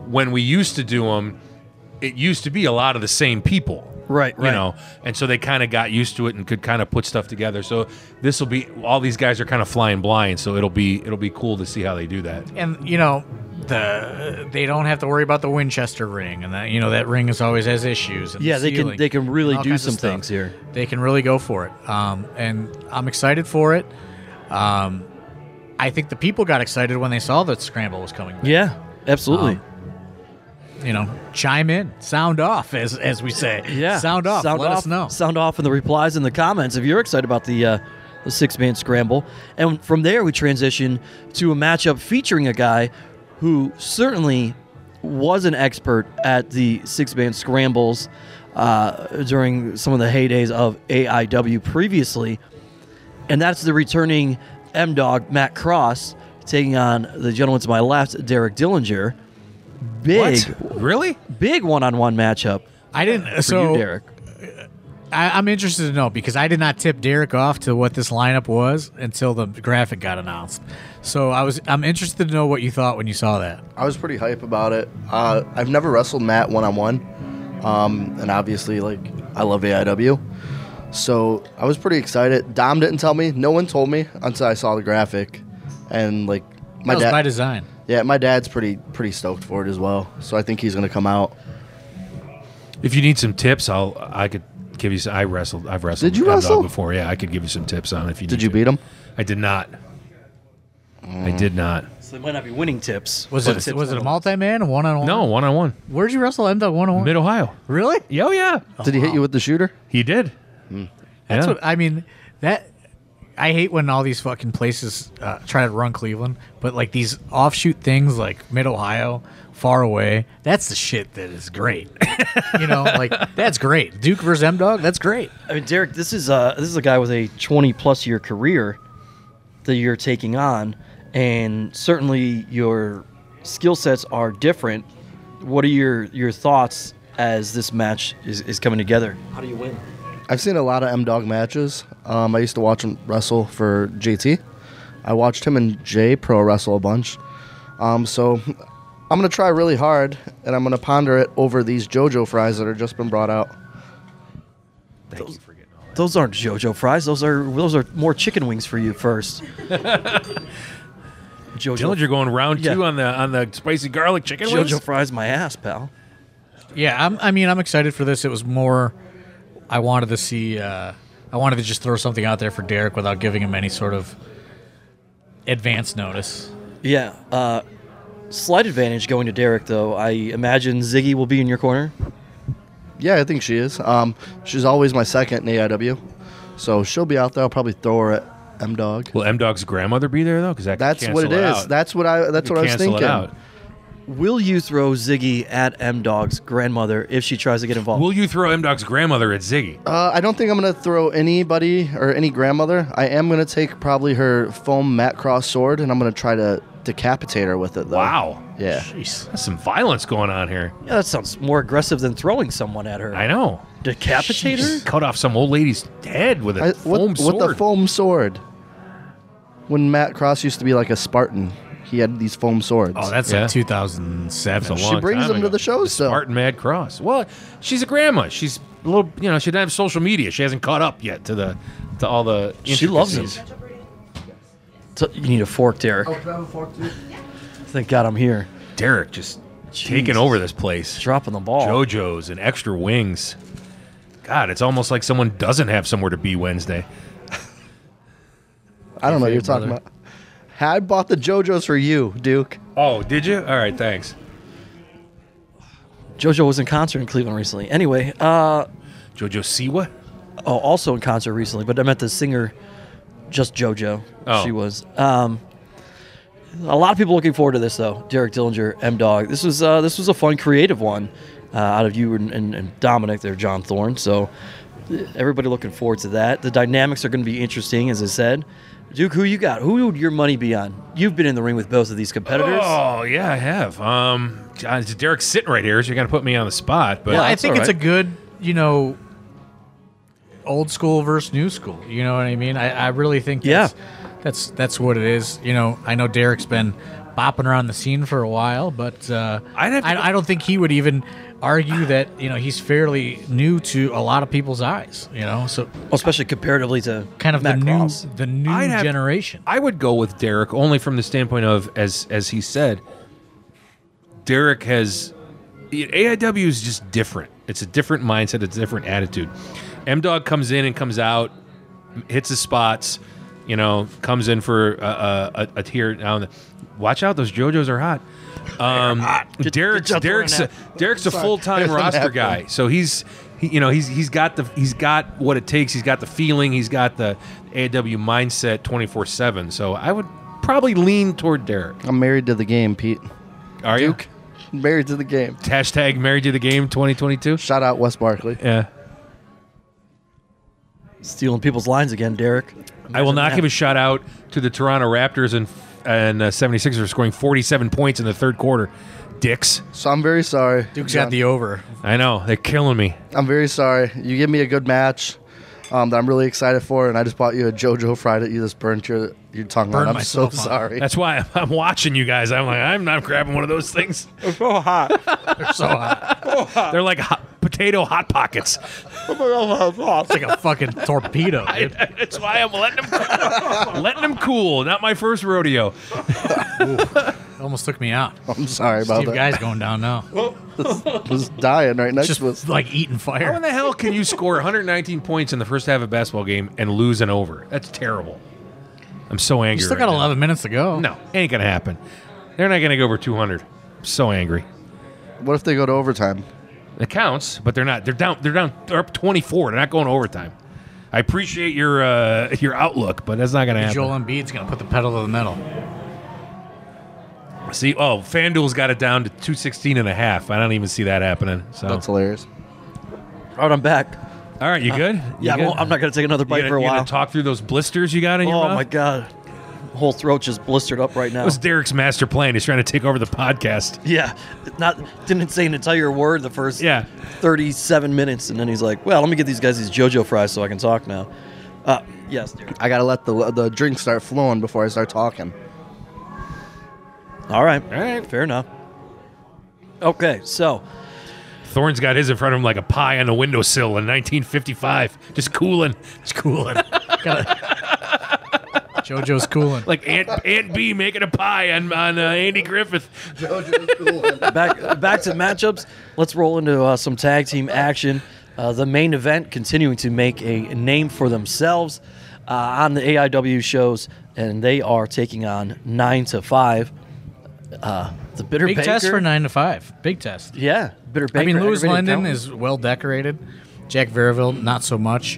when we used to do them it used to be a lot of the same people Right, you right. know and so they kind of got used to it and could kind of put stuff together so this will be all these guys are kind of flying blind so it'll be it'll be cool to see how they do that and you know the they don't have to worry about the Winchester ring, and that you know that ring is always has issues. And the Yeah, they can- ceiling they can really and all do kinds of some stuff. things here. They can really go for it, um, and I'm excited for it. Um, I think the people got excited when they saw that scramble was coming. Yeah, absolutely. Um, You know, chime in, sound off, as as we say. Yeah, sound off. let off, us know. Sound off in the replies and the comments if you're excited about the uh, the six man scramble. And from there, we transition to a matchup featuring a guy who certainly was an expert at the six man scrambles uh, during some of the heydays of AIW previously, and that's the returning M Dog Matt Cross taking on the gentleman to my left, Derek Dillinger. Big, really big one on one matchup I didn't. for so you, Derek. I, I'm interested to know because I did not tip Derek off to what this lineup was until the graphic got announced. So I was I'm interested to know what you thought when you saw that. I was pretty hype about it. Uh, I've never wrestled Matt one on one, um, and obviously, like I love AIW, so I was pretty excited. Dom didn't tell me. No one told me until I saw the graphic, and like my That was dad. by design. yeah, my dad's pretty pretty stoked for it as well. So I think he's gonna come out. If you need some tips, I'll I could give you. Some, I wrestled. I've wrestled. Did you Mad Dog wrestle? before? Yeah, I could give you some tips on it if you. Did need you to. beat Mm. him? I did not. I did not. So they might not be winning tips. Was but it tips was it a will. multi man one on one? No, one on one. Where'd you wrestle M. Dog one on one? Mid Ohio. Really? Yeah, Oh yeah, Did he hit you with the shooter? he did. Hmm. That's Yeah. what I mean. That I hate when all these fucking places uh, try to run Cleveland, but like these offshoot things like Mid Ohio, far away. That's the shit that is great. you know, like that's great. Duke versus M Dog. That's great. I mean, Derek, this is uh, this is a guy with a 20 plus year career that you're taking on, and certainly your skill sets are different. What are your your thoughts as this match is, is coming together? How do you win? I've seen a lot of M Dog matches. Um, I used to watch him wrestle for JT. I watched him and Jay Pro wrestle a bunch. Um, so I'm gonna try really hard, and I'm gonna ponder it over these JoJo fries that are just been brought out. Thank you for getting all Those aren't JoJo fries. Those are those are more chicken wings for you first. that. Dylan, you're JoJo, going round Yeah. two on the on the spicy garlic chicken wings. JoJo fries my ass, pal. Yeah, I'm, I mean, I'm excited for this. It was more, I wanted to see, uh, I wanted to just throw something out there for Derek without giving him any sort of advance notice. Yeah. Uh, slight advantage going to Derek though. I imagine Ziggy will be in your corner. Yeah, I think she is. Um, she's always my second in AIW, so she'll be out there. I'll probably throw her at M Dog. Will M Dog's grandmother be there though? Because That's what it is. That's what I. That's what I was thinking. Will you throw Ziggy at M Dog's grandmother if she tries to get involved? Will you throw M Dog's grandmother at Ziggy? Uh, I don't think I'm gonna throw anybody or any grandmother. I am gonna take probably her foam mat cross sword, and I'm gonna try to decapitate her with it. Though. Wow. Yeah. Jeez. That's some violence going on here. yeah, that sounds more aggressive than throwing someone at her. I know. Decapitate her? Jeez, Cut off some old lady's head with a I, foam what, sword. with the foam sword. When Matt Cross used to be like a Spartan, he had these foam swords. Oh, that's Yeah. like 2007. That's a she long brings time them to ago. the shows, though. Spartan Mad Cross. Well, she's a grandma. She's a little, you know, she doesn't have social media. She hasn't caught up yet to the to all the. She loves intricacies. T- you need a fork, Derek. Thank God I'm here. Derek just Jeez. taking over this place. Dropping the ball. JoJo's and extra wings. God, it's almost like someone doesn't have somewhere to be Wednesday. I don't know what you're Hey, talking brother. about. I bought the JoJo's for you, Duke. Oh, did you? All right, thanks. JoJo was in concert in Cleveland recently. Anyway, uh, JoJo Siwa. oh, also in concert recently, but I met the singer, just JoJo. Oh. She was. Um, a lot of people looking forward to this though. Derek Dillinger, M Dog. This was uh, this was a fun, creative one uh, out of you and, and, and Dominic. There, John Thorne. So uh, everybody looking forward to that. The dynamics are going to be interesting, as I said. Duke, who you got? Who would your money be on? You've been in the ring with both of these competitors. Oh yeah, I have. Um, God, Derek's sitting right here, so you're gonna put me on the spot. But Well, I that's think all it's a right. good, you know, old school versus new school. You know what I mean? I, I really think that's, that's that's what it is. You know, I know Derek's been bopping around the scene for a while, but uh, I'd have to I, go- I don't think he would even argue that you know he's fairly new to a lot of people's eyes. You know, so especially comparatively to kind of Matt the Cross. new the new I'd have- generation. I would go with Derek only from the standpoint of as as he said, Derek has AIW is just different. It's a different mindset. It's a different attitude. M Dog comes in and comes out, hits his spots. You know, comes in for a, a, a, a tier. Now and then. Watch out, those JoJos are hot. Um, Derek's get your Derek's throwing a, Derek's a full time roster guy, so he's he, you know he's he's got the he's got what it takes. He's got the feeling. He's got the AW mindset twenty four seven. So I would probably lean toward Derek. I'm married to the game, Pete. Are you Married to the game. hashtag married to the game twenty twenty two? Shout out Wes Barkley. Yeah, stealing people's lines again, Derek. I will Imagine not that. give a shout out to the Toronto Raptors and and uh, 76ers scoring forty seven points in the third quarter. dicks. So I'm very sorry. Duke's John. got the over. I know they're killing me. I'm very sorry. You give me a good match um, that I'm really excited for, and I just bought you a JoJo Fry that you just burnt your your tongue Burned on. I'm so myself on. sorry. That's why I'm, I'm watching you guys. I'm like, I'm not grabbing one of those things. It's so hot. They're so uh, hot. They're like hot, potato hot pockets. It's It's like a fucking torpedo, dude. That's why I'm letting them letting them cool. Not my first rodeo. It almost took me out. I'm sorry about Steve that. Guy's going down now. I was dying right next Just to us. like eating How in fire. the hell can you score 119 points in the first half of a basketball game and lose an over? That's terrible. I'm so angry. You still right got now. 11 minutes to go. No, ain't gonna happen. They're not gonna go over 200. I'm so angry. What if they go to overtime? It counts, but they're not. They're down. They're down. They're up 24. They're not going to overtime. I appreciate your uh, your outlook, but that's not going to happen. Joel Embiid's going to put the pedal to the metal. See, oh, FanDuel's got it down to 216 and a half. I don't even see that happening. So, That's hilarious. All right, I'm back. Uh, all right, you good? You Yeah, good? well, I'm not going to take another You bite gonna- for a you gonna while. talk through those blisters you got in your Oh mouth. my god, whole throat just blistered up right That now. was Derek's master plan. He's trying to take over the podcast. Yeah, not didn't say an entire word the first Yeah. 37 minutes, and then he's like, "Well, let me get these guys these JoJo fries so I can talk now." Uh, yes, dear. I gotta let the the drink start flowing before I start talking. All right, All right. fair enough. Okay, so Thorne's got his in front of him like a pie on a windowsill in 1955, just cooling, just cooling, JoJo's cooling. like Aunt Aunt B making a pie on on uh, Andy Griffith. back back to matchups. Let's roll into uh, some tag team action. Uh, the main event continuing to make a name for themselves uh, on the AIW shows, and they are taking on Nine to Five. Uh, the Bitter Big Baker. test for 9 to 5. Big test. yeah, Bitter Baker. I mean, Lewis aggravated London accountant. is well decorated. Jack Veraville, not so much.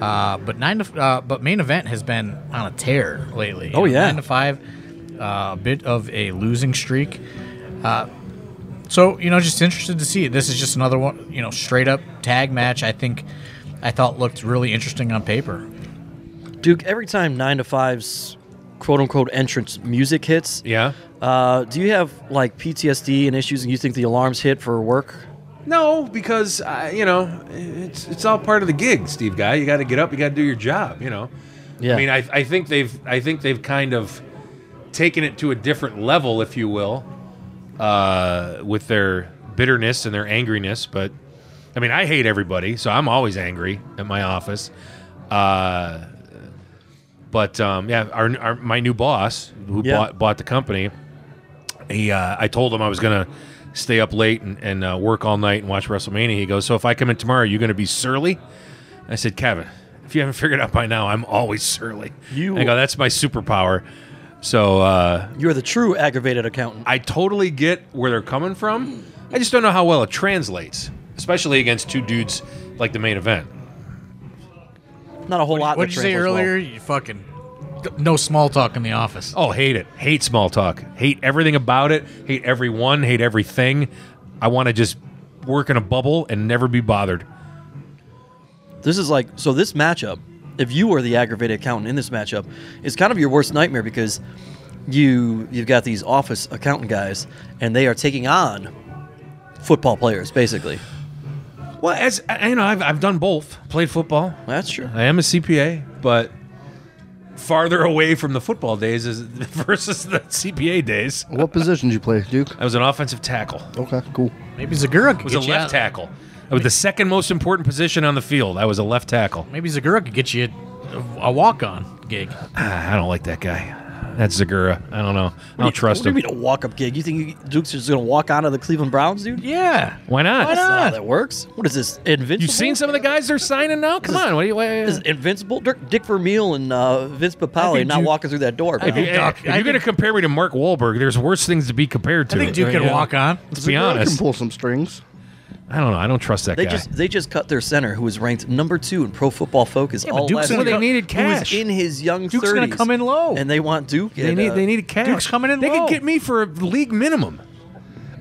Uh, but nine to, uh, but main event has been on a tear lately. You Oh, yeah. nine to five, uh, a bit of a losing streak. Uh, so you know, just interested to see it. This is just another one, you know, straight up tag match. I think I thought looked really interesting on paper. Duke. Every time Nine to Five's quote unquote entrance music hits, Yeah. uh, do you have like PTSD and issues, and you think the alarms hit for work? No, because uh, you know it's it's all part of the gig, Steve. Guy, you got to get up, you got to do your job. You know, Yeah. I mean, I, I think they've I think they've kind of taken it to a different level, if you will, uh, with their bitterness and their angriness. But I mean, I hate everybody, so I'm always angry at my office. Uh, but um, yeah, our, our my new boss who Yeah. bought bought the company, he uh, I told him I was gonna stay up late and, and uh, work all night and watch WrestleMania. He goes, so if I come in tomorrow, are you gonna be surly? I said, Kevin, if you haven't figured out by now, I'm always surly. You- I go, that's my superpower. So uh, You're the true aggravated accountant. I totally get where they're coming from. I just don't know how well it translates, especially against two dudes like the main event. Not a whole lot. What that did you say translates well. earlier? You fucking no small talk in the office. Oh, hate it. Hate small talk. Hate everything about it. Hate everyone. Hate everything. I want to just work in a bubble and never be bothered. This is like so. This matchup, if you were the aggravated accountant in this matchup, is kind of your worst nightmare because you you've got these office accountant guys, and they are taking on football players basically. Well, as I- you know, I've, I've done both. Played football. That's true. I am a CPA, but farther away from the football days is versus the CPA days. What position did you play, Duke? I was an offensive tackle. Okay, cool. Maybe Zagura could I was get a you left out- tackle. I was the second most important position on the field. I was a left tackle. Maybe Zagura could get you a, a walk on gig. Ah, I don't like that guy. That's Zagura. I don't know. I don't trust what him. do you mean a walk-up gig? You think you, Duke's just gonna walk onto the Cleveland Browns, dude? Yeah. Why not? Why That's not how not? that works. What is this? Invincible? You've seen some of the guys they're signing now. Come on, what do you? What, This is Invincible? Dick, Dick Vermeil and uh, Vince Papale think not Duke- walking through that door. I pal. think Hey, Doc, if I you're going to think- compare me to Mark Wahlberg, there's worse things to be compared to. I think Duke You can know? walk on. Let's be I can honest. pull some strings. I don't know. I don't trust that They guy. just they just cut their center, who was ranked number two in Pro Football Focus. Yeah, but all Duke's last gonna year. go- They needed Who was cash. in his young Duke's gonna 30s, come in low. and they want Duke. they at, need. uh, They need cash. Duke's coming in They low. could get me for a league minimum.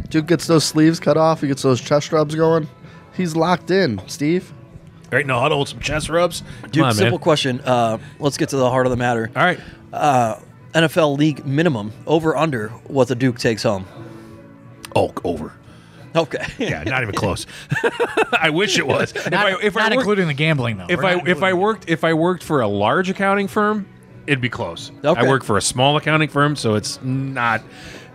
Duke gets those sleeves cut off. He gets those chest rubs going. He's locked in, Steve. Right now, huddle with some chest rubs. Duke. Come on, simple man. question. Uh, let's get to the heart of the matter. All right. Uh, NFL league minimum over under what the Duke takes home. Oh, over. Okay. Yeah, not even close. I wish it was. if I, if not I worked, including the gambling though. if We're I not if I including- worked if I worked for a large accounting firm, it'd be close. Okay. I work for a small accounting firm, so it's not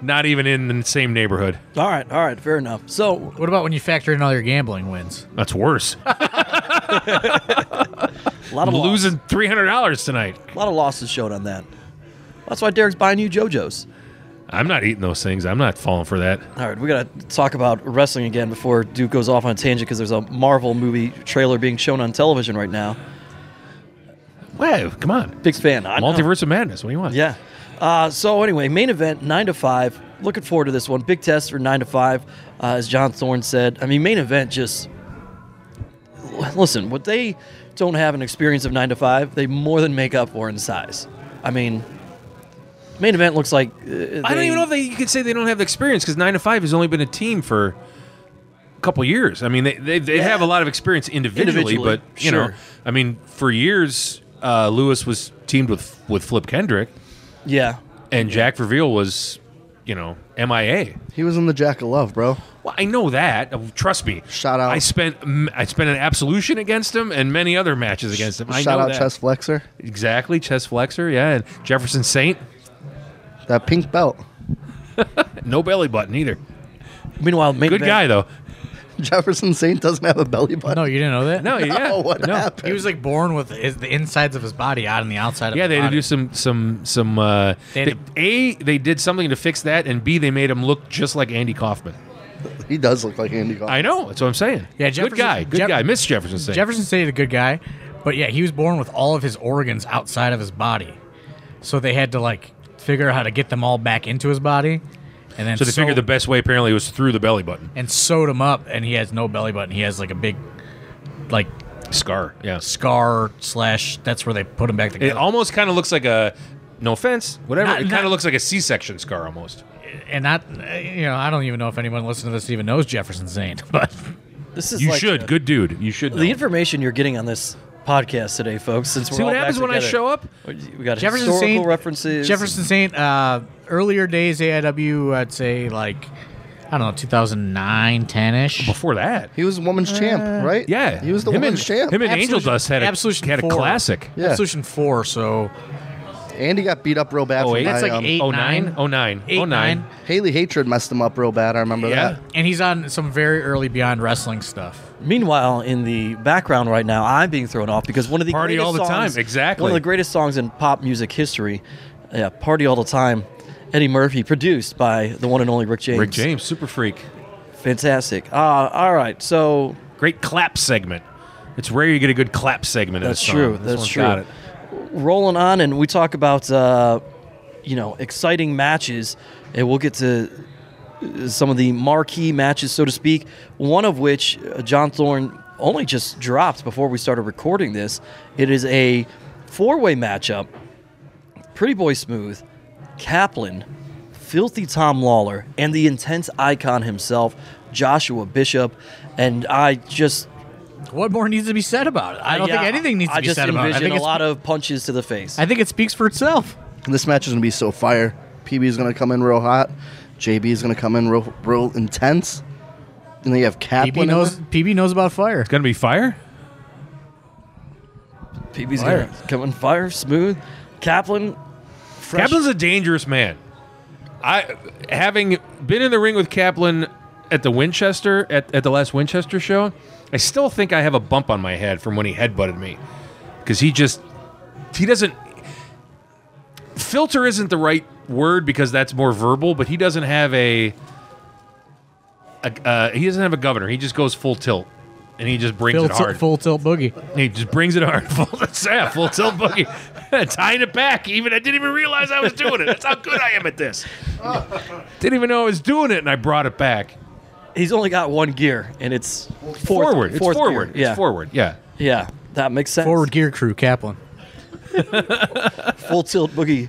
not even in the same neighborhood. all right. All right. Fair enough. So what about when you factor in all your gambling wins? That's worse. a lot of I'm loss- losing three hundred dollars tonight. a lot of losses showed on that. That's why Derek's buying you JoJo's. I'm not eating those things. I'm not falling for that. All right, we gotta talk about wrestling again before Duke goes off on a tangent because there's a Marvel movie trailer being shown on television right now. Wow, come on. Big fan. I know. Multiverse of Madness. What do you want? Yeah. Uh, so anyway, main event nine to five. Looking forward to this one. Big test for nine to five, uh, as John Thorne said. I mean, main event just listen. What they don't have an experience of nine to five, they more than make up for in size. I mean, main event looks like uh, I don't even know if they, you could say they don't have experience because nine to five has only been a team for a couple years. I mean, they they, they have a lot of experience individually, Individually, but you know, sure. I mean, for years uh, Lewis was teamed with with Flip Kendrick, yeah. and Jack Verveal was, you know, MIA. He was in the Jack of Love, bro. Well, I know that. Uh, Trust me. Shout out. I spent mm, I spent an absolution against him and many other matches against him. I Shout know out that. Chess Flexer. Exactly, Chess Flexer. Yeah, and Jefferson Saint. That pink belt. No belly button either. Meanwhile, main Good event, guy though. Jefferson Saint doesn't have a belly button. No, you didn't know that. No, yeah. Oh, what no. happened? He was like born with his, the insides of his body out and the outside of Yeah, his they had to body. do some some some. Uh, They had they- a they did something to fix that, and B they made him look just like Andy Kaufman. He does look like Andy Kaufman. I know that's what I'm saying. Yeah, good Jefferson- guy, good Jef- guy. Miss Jefferson. Saint. Jefferson State a good guy, but yeah, he was born with all of his organs outside of his body, so they had to like figure out how to get them all back into his body, and then So they figured the best way apparently was through the belly button and sewed him up, and he has no belly button. He has like a big, like scar. Yeah, scar slash. That's where they put him back it together. almost kind of looks like a. No offense, whatever. Not- it kind not- of looks like a C-section scar almost. and that you know, I don't even know if anyone listening to this even knows Jefferson Saint, but This is You like should, a- good dude. You should. The know. information you're getting on this podcast today, folks, since we're See all what back happens when I together. show up. We got Jefferson historical Saint references. Jefferson Saint. Uh, earlier days AIW, I'd say like I don't know, 2009, 10 ish. Before that, He was women's champ, right? Uh, yeah, He was the him women's and, champ. Him and Angel Absolution- Dust had a Absolution had a four. classic. Yeah. Absolution four. So Andy got beat up real bad. Oh, for eight? my, That's like um, eight, Oh nine, nine. oh nine, Eight, oh nine. nine. Haley Hatred messed him up real bad. I remember Yeah. that. and he's on some very early Beyond Wrestling stuff. Meanwhile, in the background right now, I'm being thrown off because one of the Party greatest all the songs- time, exactly. one of the greatest songs in pop music history, yeah, "Party All the Time," Eddie Murphy, produced by the one and only Rick James. Rick James, super freak. fantastic. Uh, all right, so Great clap segment. It's rare you get a good clap segment. in a That's song. true, This that's one's true. Got it. rolling on, and we talk about uh, you know exciting matches, and we'll get to uh, some of the marquee matches, so to speak. One of which uh, John Thorne only just dropped before we started recording this. It is a four-way matchup: Pretty Boy Smooth, Kaplan, Filthy Tom Lawler, and the intense icon himself, Joshua Bishop. And I just What more needs to be said about it? I don't Uh, yeah, think anything needs to I be just said about it. I envision think, a it's- lot of punches to the face. I think it speaks for itself. This match is gonna be so fire. PB is gonna come in real hot. JB is gonna come in real, real intense. And then you have Kaplan. PB in knows. there. PB knows about fire. It's gonna be fire. PB's gonna come on fire, smooth. Kaplan, fresh. Kaplan's a dangerous man. I, having been in the ring with Kaplan at the Winchester at, at the last Winchester show, I still think I have a bump on my head from when he headbutted me because he just he doesn't filter isn't the right word because that's more verbal, but he doesn't have a, a uh, he doesn't have a governor. He just goes full tilt and he just brings Full, it hard. tilt, full tilt boogie. He just brings it hard. Full, that's, yeah, full tilt boogie. Tying it back. Even I didn't even realize I was doing it. That's how good I am at this. didn't even know I was doing it, and I brought it back. he's only got one gear, and it's fourth- Forward. It's fourth forward. gear. Yeah, It's forward. Yeah. yeah, that makes sense. Forward gear crew, Kaplan. full tilt boogie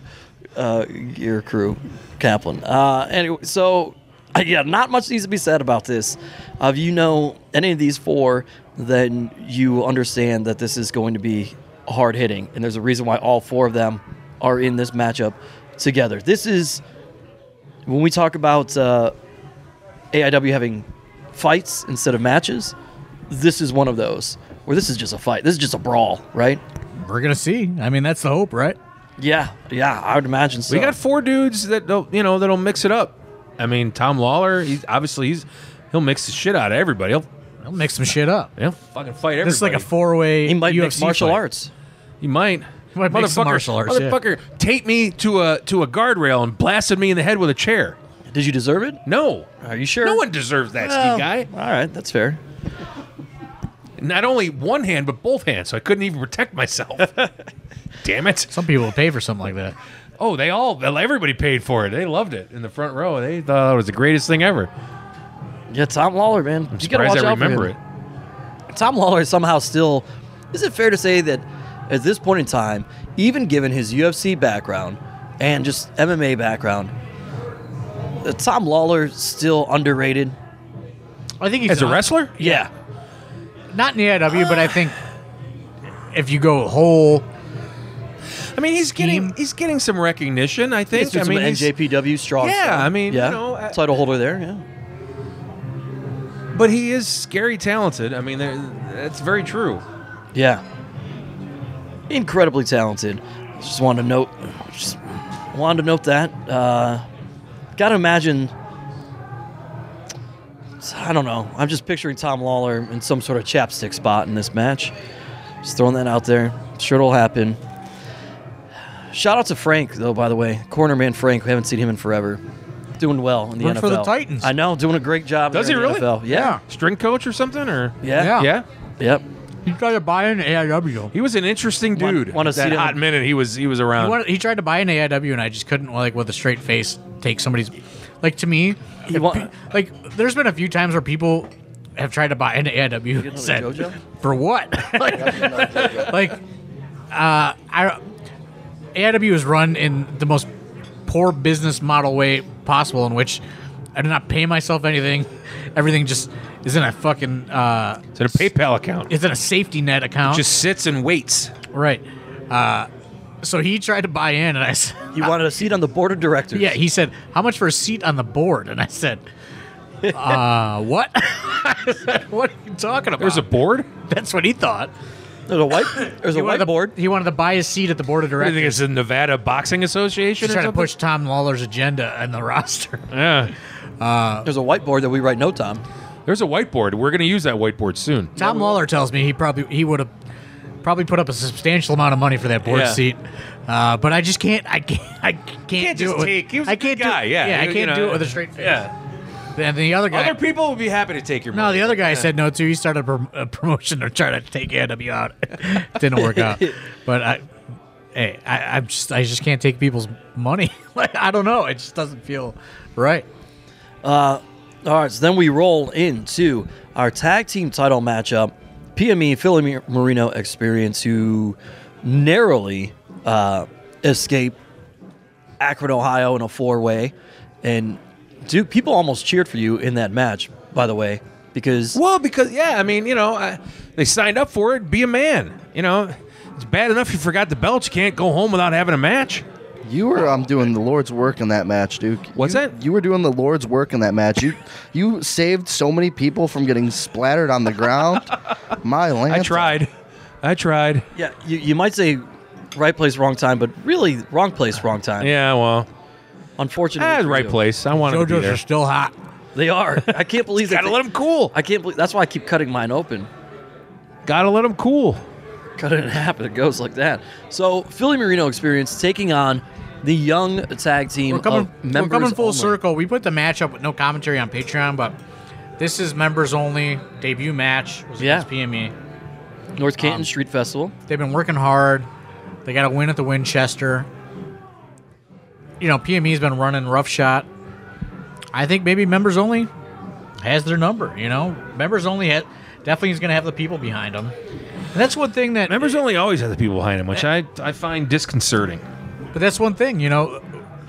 uh, gear crew, Kaplan. Uh, anyway, so uh, yeah, not much needs to be said about this. Uh, if you know any of these four, then you understand that this is going to be hard hitting, and there's a reason why all four of them are in this matchup together. This is when we talk about uh, AIW having fights instead of matches, this is one of those where this is just a fight. This is just a brawl, right? We're gonna see. I mean, that's the hope, right? Yeah, yeah, I would imagine so. We got four dudes that don't, you know that'll mix it up. I mean, Tom Lawler, he's obviously he's he'll mix the shit out of everybody. He'll They'll mix some shit up. he'll fucking fight everybody. This is like a four-way. he might mix UFC martial fight. arts. He might. He might make some motherfucker, martial arts, yeah. motherfucker, tape me to a to a guardrail and blasted me in the head with a chair. Did you deserve it? No, Are you sure? no one deserves that, Well, Steve guy. All right, that's fair. Not only one hand, but both hands. So I couldn't even protect myself. Damn it! Some people will pay for something like that. Oh, they all everybody paid for it. They loved it in the front row. They thought it was the greatest thing ever. Yeah, Tom Lawler, man. you gotta Surprised watch I out for remember him. it. Tom Lawler is somehow still. Is it fair to say that at this point in time, even given his UFC background and just MMA background, that Tom Lawler still underrated? I think he's As a not- wrestler, Yeah, not in the AIW, but I think if you go whole, I mean he's getting Scheme. he's getting some recognition. I think. I mean, he's- NJPW strong. Yeah, style. I mean, you yeah, know, I- title holder there. Yeah, but he is scary talented. I mean, there- that's very true. yeah, incredibly talented. Just wanted to note, just wanted to note that. Uh, gotta imagine. I don't know. I'm just picturing Tom Lawler in some sort of chapstick spot in this match. Just throwing that out there. Sure, it'll happen. Shout out to Frank, though. By the way, cornerman Frank. We haven't seen him in forever. Doing well in the Worked NFL. for the Titans. I know, doing a great job. Does there he in really? The NFL. Yeah. String coach or something, or Yeah. Yeah. yeah. Yep. he tried to buy an AIW. He was an interesting Wanna- dude. wanna that see hot them- minute he was he was He, around. wanted, he tried to buy an AIW, and I just couldn't like with a straight face take somebody's. Like to me, if wa- pe- like there's been a few times where people have tried to buy an AIW and another said, JoJo? for what? like, like, uh, I AIW is run in the most poor business model way possible, in which I do not pay myself anything. Everything just is in a fucking uh, It's in a PayPal account. it's in a safety net account. just sits and waits. Right. Uh, so he tried to buy in, and I said, You wanted a seat on the board of directors. "Yeah." He said, "How much for a seat on the board?" And I said, "Uh, what? I said, what are you talking about?" There's a board. That's what he thought. There's a white. There's a he wanted to- whiteboard. He wanted to buy a seat at the board of I think directors. it's the Nevada Boxing Association. He's or trying to something? push Tom Lawler's agenda and the roster. Yeah. There's a whiteboard that we write notes on. There's a whiteboard. We're going to use that whiteboard soon. Tom Lawler tells me he probably he would have probably put up a substantial amount of money for that board Yeah. seat. Uh, but I just can't. I can't. I can't, do it. With, I can't do it- Yeah, I can't do it with a straight face. Yeah. And the other guy. Other people would be happy to take your money. No, the other guy said no too. He started a, prom- a promotion to try to take AW out. Didn't work out. But I, hey, I, I'm just I just can't take people's money. like I don't know. It just doesn't feel right. All right, so then we roll into our tag team title matchup. E, PME, Philly Marino Experience, who narrowly uh, escape Akron, Ohio in a four way. And, dude, people almost cheered for you in that match, by the way, because Well, because yeah, I mean, you know, I, they signed up for it. Be a man. You know, it's bad enough you forgot the belt. You can't go home without having a match. You were um, doing the Lord's work in that match, Duke. What's You- that? You were doing the Lord's work in that match. You you saved so many people from getting splattered on the ground. My land. I tried. I tried. yeah, you, you might say right place, wrong time, but really wrong place, wrong time. Yeah, well, Unfortunately, ah, for right you. place. I wanted to be JoJo's there. are still hot. They are. I can't believe that. Gotta they- let them cool. I can't believe. That's why I keep cutting mine open. Gotta let them cool. cut it in half and it goes like that. So Philly Marino experience taking on the young tag team. We're coming. of We're Oh, members coming full only. circle. We put the match up with no commentary on Patreon, but this is members only debut match. Was Yeah. against E. PME. North Canton Um, Street Festival. They've been working hard. They got a win at the Winchester. You know, PME's been running rough shot. I think maybe members only has their number. You know, members only ha definitely is going to have the people behind them. And that's one thing that Members only always have the people behind them, which I, I find disconcerting. But that's one thing, you know,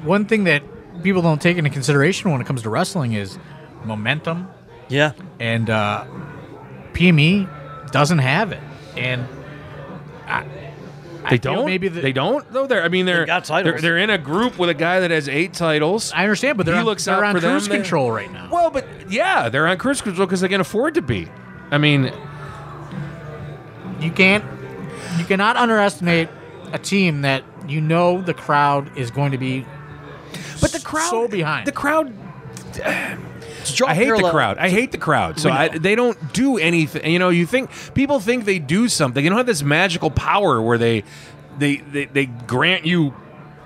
one thing that people don't take into consideration when it comes to wrestling is momentum, Yeah, and uh, E PME doesn't have it. And feel They don't. maybe the- they don't. Though they're. I mean, they're got titles. They're, they're in a group with a guy that has eight titles. I understand, but they're he on, looks they're out on for them. cruise They- control right now. Well, but yeah, they're on cruise control because they can afford to be. I mean, You can't. You cannot underestimate a team that you know the crowd is going to be. but the crowd so behind. The crowd. Draw I hate the parallel- crowd. I hate the crowd. So We know. I, they don't do anything. You know, you think people think they do something. You don't have this magical power where they, they, they, they grant you,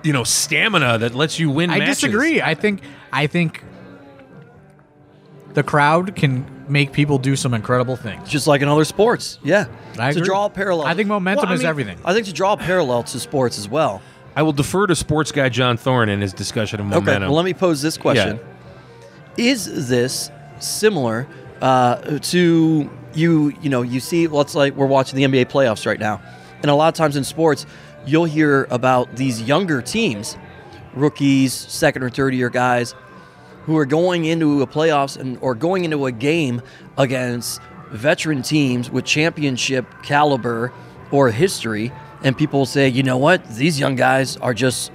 you know, stamina that lets you win. I matches. disagree. I think. I think. The crowd can make people do some incredible things. Just like in other sports. Yeah. I to agree. draw a parallel. I think momentum Well, I is mean- everything. I think to draw a parallel to sports as well. I will defer to sports guy John Thorne in his discussion of momentum. Okay, well, let me pose this question: Is this similar uh, to you? You know, you see, let's like we're watching the NBA playoffs right now, and a lot of times in sports, you'll hear about these younger teams, rookies, second or third year guys, who are going into a playoffs and or going into a game against veteran teams with championship caliber or history, and people say, you know what, these young guys are just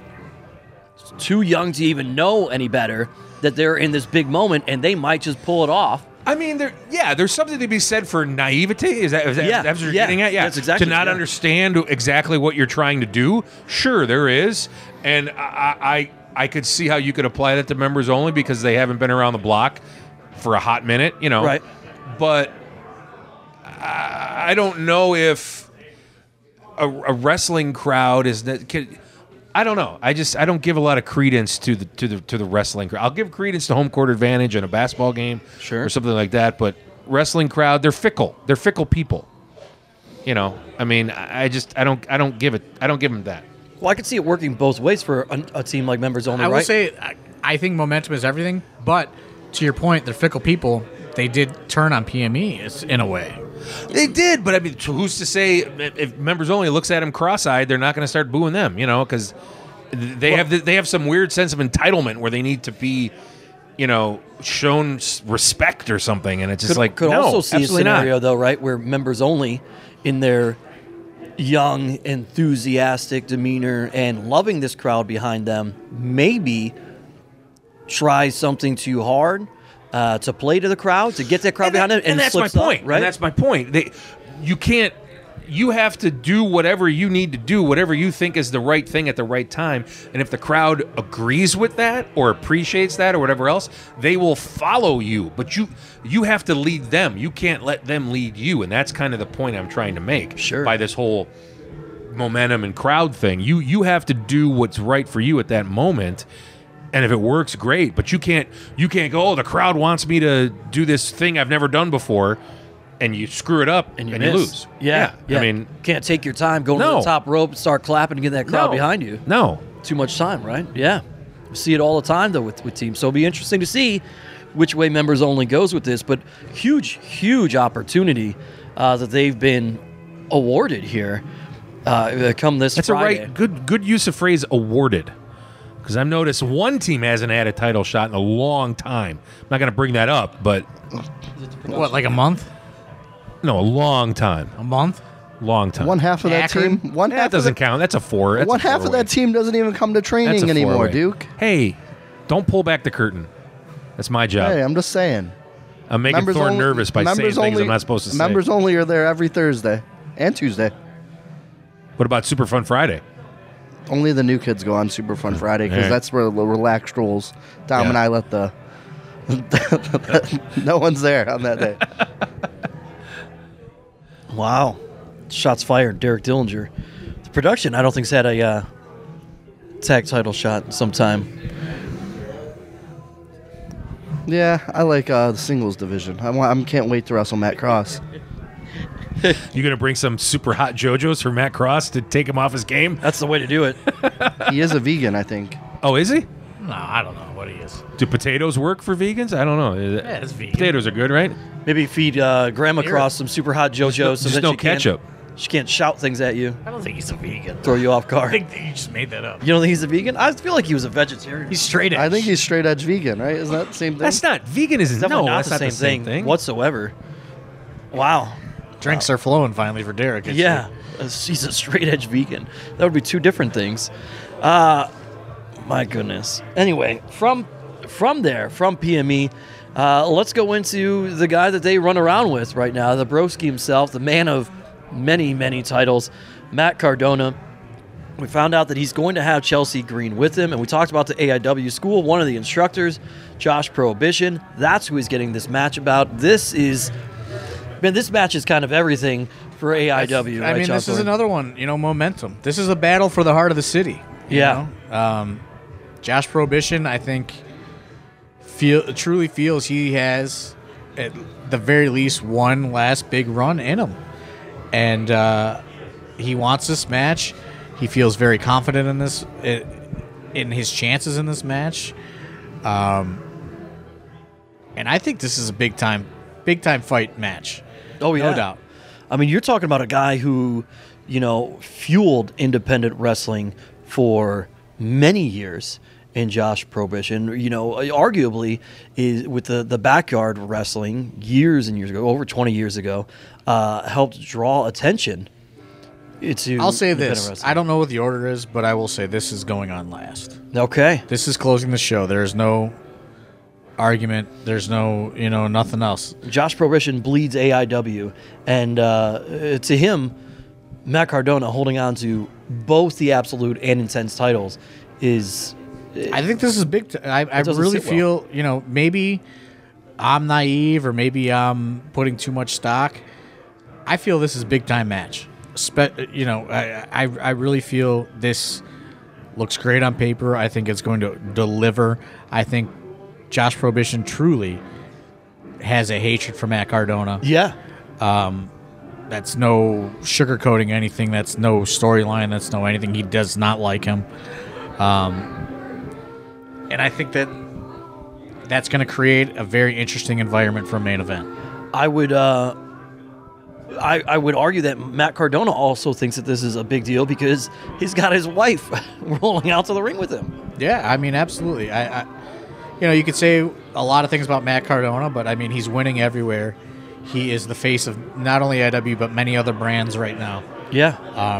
too young to even know any better that they're in this big moment and they might just pull it off. I mean, there, yeah, there's something to be said for naivete. Is that, is that, Yeah, that's what you're yeah, getting at? Yeah, that's exactly to what- not yeah. understand exactly what you're trying to do. Sure, there is, and I, I, I- I could see how you could apply that to members only because they haven't been around the block for a hot minute, you know. Right. But I, I don't know if a, a wrestling crowd is. that- Can, I don't know. I just I don't give a lot of credence to the to the to the wrestling crowd. I'll give credence to home court advantage in a basketball game, Sure. or something like that. But wrestling crowd, they're fickle. They're fickle people. You know, I mean, I I just I don't I don't give it I don't give them that. Well, I could see it working both ways for a, a team like members only, I right? will say, I, I think momentum is everything. But to your point, they're fickle people. They did turn on PME it's- in a way. They did, but I mean, who's to say if if members only looks at them cross-eyed, they're not going to start booing them? You know, because they have th- they have some weird sense of entitlement where they need to be, you know, shown s- respect or something, and it's just could, like could no, also see a absolutely not. scenario though, right, where members only in their young, enthusiastic demeanor and loving this crowd behind them, maybe try something too hard uh, to play to the crowd to get that crowd behind that- them, and, that's my slips up, point. right? And that's my point. They, you can't. You have to do whatever you need to do, whatever you think is the right thing at the right time. And if the crowd agrees with that or appreciates that or whatever else, they will follow you. But you you have to lead them. You can't let them lead you. And that's kind of the point I'm trying to make. Sure. By this whole momentum and crowd thing. You you have to do what's right for you at that moment. And if it works, great. But you can't you can't go, oh, the crowd wants me to do this thing I've never done before, and you screw it up and you, miss. lose. Yeah, I mean can't take your time going to No. the top rope, and start clapping, and get that crowd no. behind you. No. too much time, right? Yeah. We see it all the time, though, with, with teams. So it'll be interesting to see which way members only goes with this. But huge, huge opportunity uh, that they've been awarded here uh, come this That's Friday. a right good good use of phrase awarded. Because I've noticed one team hasn't had a title shot in a long time. I'm not gonna bring that up, but What, like a month? no, a long time. A month? Long time. One half of that Akron? team. One half that doesn't of count. That's a four. the, That's One a half of four-way. that team doesn't even come to That's training a anymore, four-way. Duke. Hey, don't pull back the curtain. That's my job. Hey, I'm just saying. I'm making Members Thorne only- nervous by saying members things only- I'm not supposed to Members say. only are there every Thursday and Tuesday. What about Superfun Friday? Only the new kids go on Super Fun Friday because Alright. that's where the relaxed rules. Dom Yeah. and I let the. no one's there on that day. Wow. Shots fired, Derek Dillinger. The production, I don't think's had a uh, tag title shot in some time. Yeah, I like uh, the singles division. I want, I'm can't wait to wrestle Matt Cross. You gonna bring some super hot JoJo's for Matt Cross to take him off his game? That's the way to do it. He is a vegan, I think. Oh, is he? No, I don't know what he is. Do potatoes work for vegans? I don't know. Is it- Yeah, it's vegan. Potatoes are good, right? Maybe feed uh, Grandma Cross some super hot JoJo no- so just that no she can't- ketchup. she can't shout things at you, I don't think he's a vegan. throw you off guard. I think that you just made that up. You don't think he's a vegan? I feel like he was a vegetarian. He's straight edge. I think he's straight edge vegan, right? Isn't that the same thing? That's not vegan. Is no? definitely not, that's the, same thing, whatsoever. Wow. drinks are flowing finally for Derek. it's Yeah. like- a- she's a straight edge vegan. That would be two different things. Uh, my goodness. Anyway, from from there, from PME, uh, let's go into the guy that they run around with right now, the Broski himself, the man of many many titles, Matt Cardona. We found out that he's going to have Chelsea Green with him, and we talked about the AIW school. One of the instructors, Josh Prohibition, that's who he's getting this match about. This is, man, this match is kind of everything for AIW. I right, mean, John this is Thornton? another one. You know, momentum. This is a battle for the heart of the city. you Yeah. know? Um, Josh Prohibition, I think, feel truly feels he has, at the very least, one last big run in him, and uh, he wants this match. He feels very confident in this, i- in his chances in this match. Um, and I think this is a big time, big time fight match. Oh, yeah. no doubt. I mean, you're talking about a guy who, you know, fueled independent wrestling for many years in Josh Prohibition. You know, arguably is with the the backyard wrestling years and years ago, over 20 years ago, uh, helped draw attention. To I'll say independent this. wrestling. I don't know what the order is, but I will say this is going on last. Okay. This is closing the show. There's no argument. There's no, you know, nothing else. Josh Prohibition bleeds AIW, and uh, uh, to him, Matt Cardona holding on to both the absolute and intense titles is I think this is big. T- I, I doesn't really sit well. feel, you know, maybe I'm naive or maybe I'm putting too much stock. I feel this is a big time match. Spe- you know, I, I I really feel this looks great on paper. I think it's going to deliver. I think Josh Prohibition truly has a hatred for Matt Cardona. yeah, That's no sugarcoating anything. That's no storyline. That's no anything. He does not like him. Um, and I think that that's going to create a very interesting environment for a main event. I would uh, I, I would argue that Matt Cardona also thinks that this is a big deal because he's got his wife rolling out to the ring with him. Yeah, I mean, absolutely. I, I, you know, you could say a lot of things about Matt Cardona, but I mean, he's winning everywhere. He is the face of not only IW but many other brands right now. Yeah,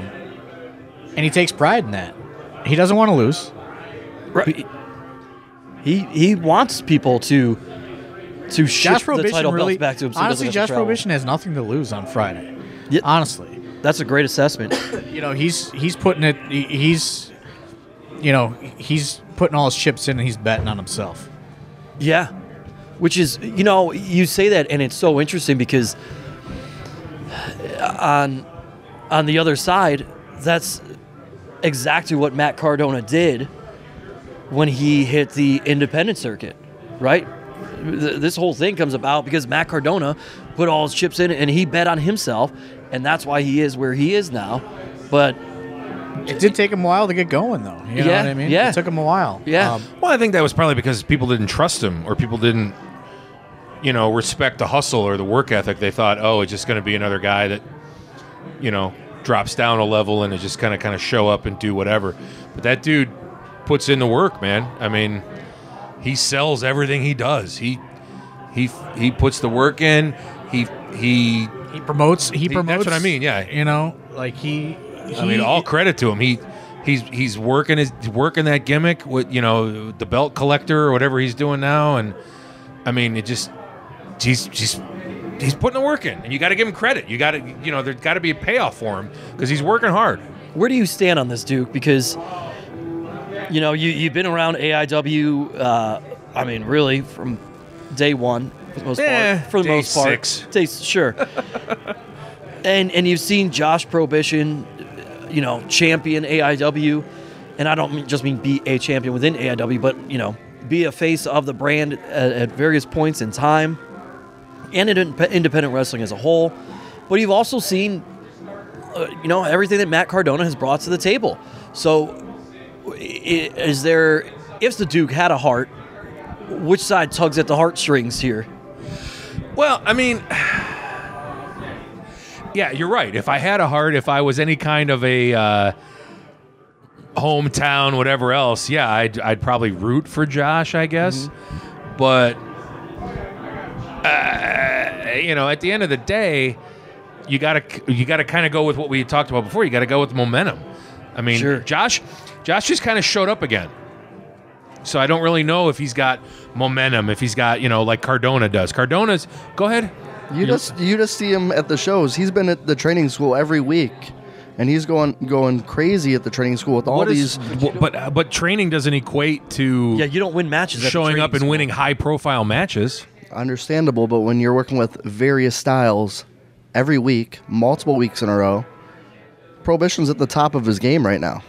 and he takes pride in that. He doesn't want to lose. right. He he wants people to to Josh shift the Prohibition title really. belts back to him. so he doesn't honestly, have to Josh travel. Prohibition has nothing to lose on Friday. Yeah. Honestly, That's a great assessment. you know he's he's putting it. he- He's you know he's putting all his chips in and he's betting on himself. Yeah. Which is, you know, you say that and it's so interesting because uh, on on the other side, that's exactly what Matt Cardona did when he hit the independent circuit, right? Th- This whole thing comes about because Matt Cardona put all his chips in and he bet on himself, and that's why he is where he is now. But It did take him a while to get going though. You know Yeah, what I mean? yeah. It took him a while. Um, Yeah. Well, I think that was probably because people didn't trust him or people didn't, you know, respect the hustle or the work ethic. They thought, oh, it's just going to be another guy that, you know, drops down a level and is just kind of kind of show up and do whatever. But that dude puts in the work, man. I mean, he sells everything he does. He he he puts the work in. He he. he promotes. He that's promotes. what I mean, yeah. You know, like he. I mean, he- all credit to him. He. He's, he's working his working that gimmick with you know the belt collector or whatever he's doing now and I mean, it just he's he's he's putting the work in, and you got to give him credit. You got to you know there's got to be a payoff for him because he's working hard. Where do you stand on this, Duke? Because you know you you've been around AIW. Uh, I mean, really from day one for the most Eh, part. For the day most part, six. Day- sure. and and you've seen Josh Prohibition, uh, you know, champion AIW, and I don't mean, just mean be a champion within AIW, but you know, be a face of the brand at, at various points in time, and in indep- independent wrestling as a whole. But you've also seen you know everything that Matt Cardona has brought to the table. So, i- is there if the Duke had a heart, which side tugs at the heartstrings here? Well, I mean, yeah, you're right. If I had a heart, if I was any kind of a uh, hometown, whatever else, yeah, I'd, I'd probably root for Josh, I guess. But, uh, you know, at the end of the day, you gotta you gotta kind of go with what we had talked about before. You gotta go with momentum. I mean, Sure. Josh, Josh just kind of showed up again. So I don't really know if he's got momentum, if he's got you know like Cardona does. Cardona's go ahead. You just you just see him at the shows. He's been at the training school every week, and he's going going crazy at the training school with all What is- these. wh- but uh, but training doesn't equate to Yeah, you don't win matches. at the showing up training and school. winning high profile matches. understandable, but when you're working with various styles every week, multiple weeks in a row, Prohibition's at the top of his game right now.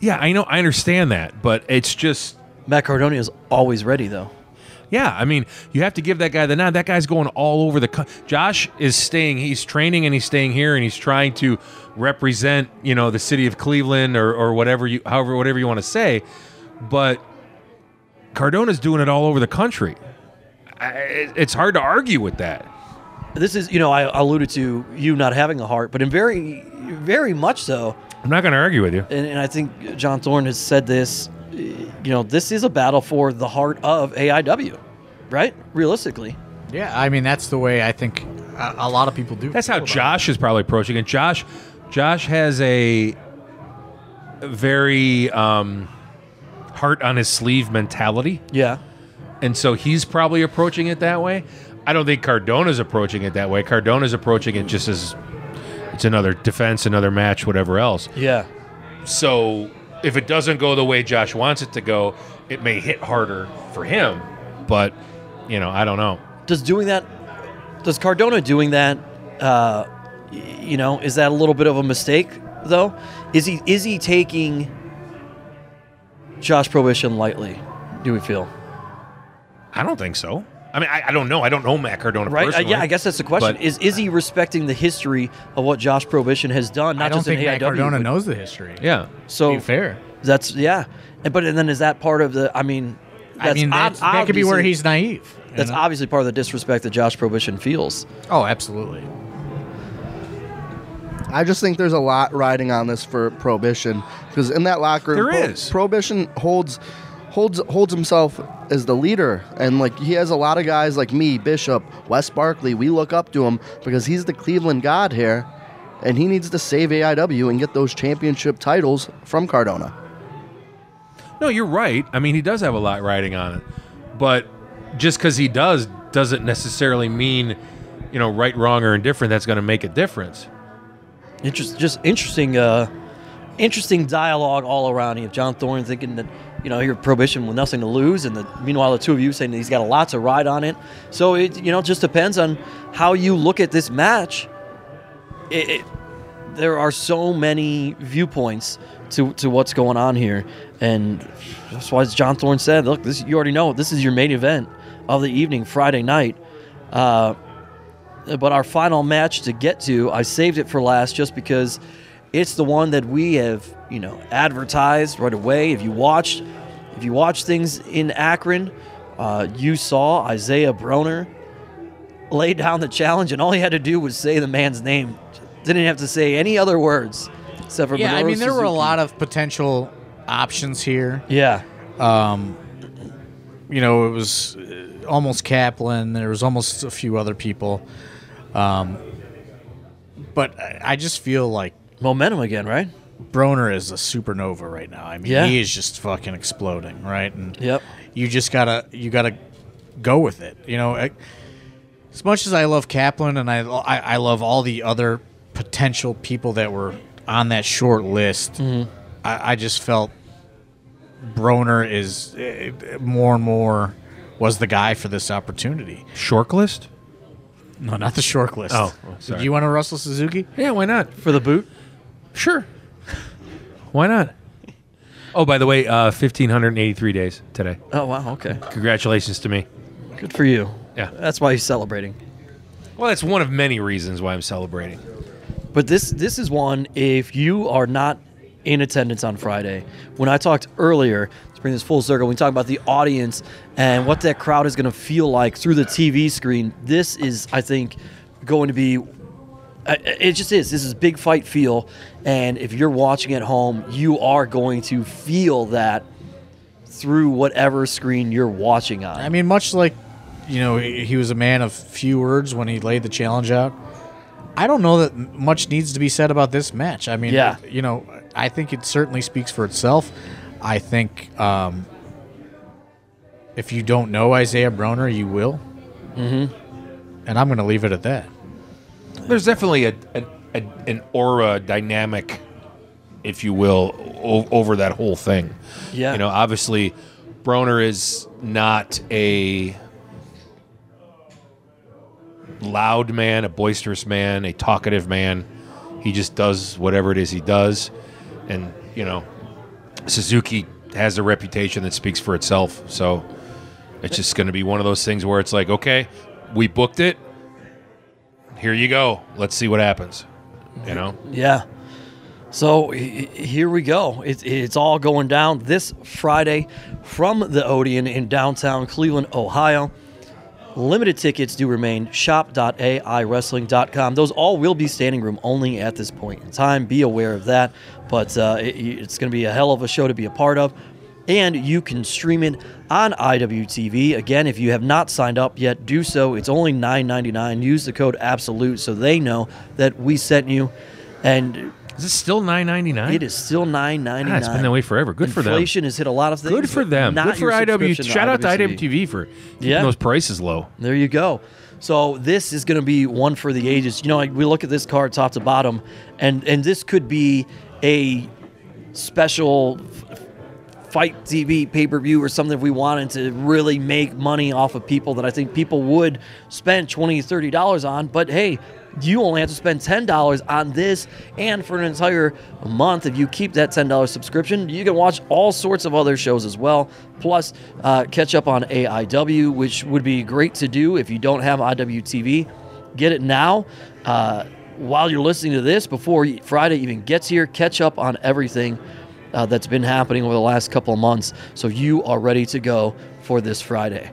Yeah, I know, I understand that, but it's just Matt Cardona is always ready though. Yeah, I mean, you have to give that guy the nod. That guy's going all over the. Co- Josh is staying. He's training and he's staying here and he's trying to represent, you know, the city of Cleveland or or whatever you, however, whatever you want to say. But Cardona's doing it all over the country. I, it- it's hard to argue with that. This is, you know, I alluded to you not having a heart, but in very, very much so. I'm not going to argue with you. and, and I think John Thorne has said this. uh, You know, this is a battle for the heart of AIW, right? Realistically, Yeah, I mean that's the way I think a, a lot of people do. That's how feel about Josh is probably approaching it. Josh, Josh has a very um, heart on his sleeve mentality. yeah. and so he's probably approaching it that way. I don't think Cardona's approaching it that way. Cardona's approaching it just as it's another defense, another match, whatever else. Yeah. So if it doesn't go the way Josh wants it to go, it may hit harder for him. But you know, I don't know. Does doing that, does Cardona doing that, uh, y- you know, is that a little bit of a mistake though? Is he is he taking Josh Prohibition lightly? Do we feel I don't think so. I mean, I, I don't know. I don't know Matt Cardona right? Uh, personally. yeah, I guess that's the question. But- Is is he respecting the history of what Josh Prohibition has done? I Not don't just in think Matt AIW, Cardona but- knows the history. Yeah. So be fair. That's yeah, and, but and then is that part of the? I mean, that's I mean ob- that's, that could be where obviously- he's naive. you That's know? obviously part of the disrespect that Josh Prohibition feels. oh, absolutely. I just think there's a lot riding on this for Prohibition because in that locker room, There Pro- is. Prohibition holds holds holds himself as the leader, and like he has a lot of guys like me, Bishop, Wes Barkley. We look up to him because he's the Cleveland God here, and he needs to save AIW and get those championship titles from Cardona. No, you're right. I mean, he does have a lot riding on it, but just because he does doesn't necessarily mean, you know, right, wrong, or indifferent. That's going to make a difference. Interest, just interesting, uh, interesting dialogue all around. You have John Thorne thinking that you know here Prohibition with nothing to lose, and the, meanwhile the two of you saying that he's got a lot to ride on it. So it you know just depends on how you look at this match. It, it, there are so many viewpoints to, to what's going on here, and that's why as John Thorne said, look, this you already know this is your main event of the evening Friday night. Uh, but our final match to get to, I saved it for last just because it's the one that we have, you know, advertised right away. If you watched, if you watched things in Akron, uh, you saw Isaiah Broner lay down the challenge, and all he had to do was say the man's name. Didn't have to say any other words except for Yeah, I Minoru mean there were a Suzuki. lot of potential options here. Yeah, Um, you know, it was uh, almost Kaplan. There was almost a few other people. Um, but I I just feel like momentum again, right? Broner is a supernova right now. I mean, Yeah. he is just fucking exploding, right? And Yep. you just gotta you gotta go with it. You know, I, as much as I love Kaplan and I, I I love all the other potential people that were on that short list, Mm-hmm. I, I just felt Broner is eh, more and more was the guy for this opportunity. Shortlist? No, not the short list. Oh, oh, sorry. do you want to Russell Suzuki? Yeah, why not? For the boot, Sure. why not? Oh, by the way, uh, 1,583 days today. Oh wow, okay, Congratulations to me. good for you. Yeah. that's why he's celebrating. Well, that's one of many reasons why I'm celebrating. But this this is one if you are not in attendance on Friday. When I talked earlier, to bring this full circle, we talked about the audience and what that crowd is going to feel like through the TV screen. This is, I think, going to be. I- It just is. This is big fight feel, and if you're watching at home, you are going to feel that through whatever screen you're watching on. I mean, much like you know, he he was a man of few words when he laid the challenge out. I don't know that m- much needs to be said about this match. I mean, Yeah. you know, I think it certainly speaks for itself. I think um, if you don't know Isaiah Broner, you will. Mm-hmm. And I'm going to leave it at that. There's definitely a, a, a an aura dynamic, if you will, o- over that whole thing. Yeah. You know, obviously, Broner is not a loud man, a boisterous man, a talkative man. He just does whatever it is he does, and you know, Suzuki has a reputation that speaks for itself. So it's just going to be one of those things where it's like, okay, we booked it. Here you go. Let's see what happens. You know, Yeah. So he- he- here we go. It's it's all going down this Friday from the Odeon in downtown Cleveland, Ohio. Limited tickets do remain. Shop.aiwrestling.com. Those all will be standing room only at this point in time. Be aware of that. But uh, it- it's going to be a hell of a show to be a part of. And you can stream it on IWTV. Again, if you have not signed up yet, do so. It's only $9.99. Use the code ABSOLUTE so they know that we sent you. And is it still nine ninety nine? it is still nine ninety Ah, nine. it's been that way forever. Good for them. Inflation has hit a lot of things. Good for but them. not Good for your IW. subscription Shout out to IWTV for keeping Yeah. those prices low. There you go. So this is going to be one for the ages. You know, like we look at this card top to bottom, and and this could be a special f- fight TV pay per view or something if we wanted to really make money off of people that I think people would spend 20 dollars on. But hey, you only have to spend ten dollars on this, and for an entire month, if you keep that ten dollars subscription, you can watch all sorts of other shows as well. Plus, uh, catch up on AIW, which would be great to do if you don't have IWTV get it now uh, while you're listening to this before friday even gets here catch up on everything uh, that's been happening over the last couple of months so you are ready to go for this friday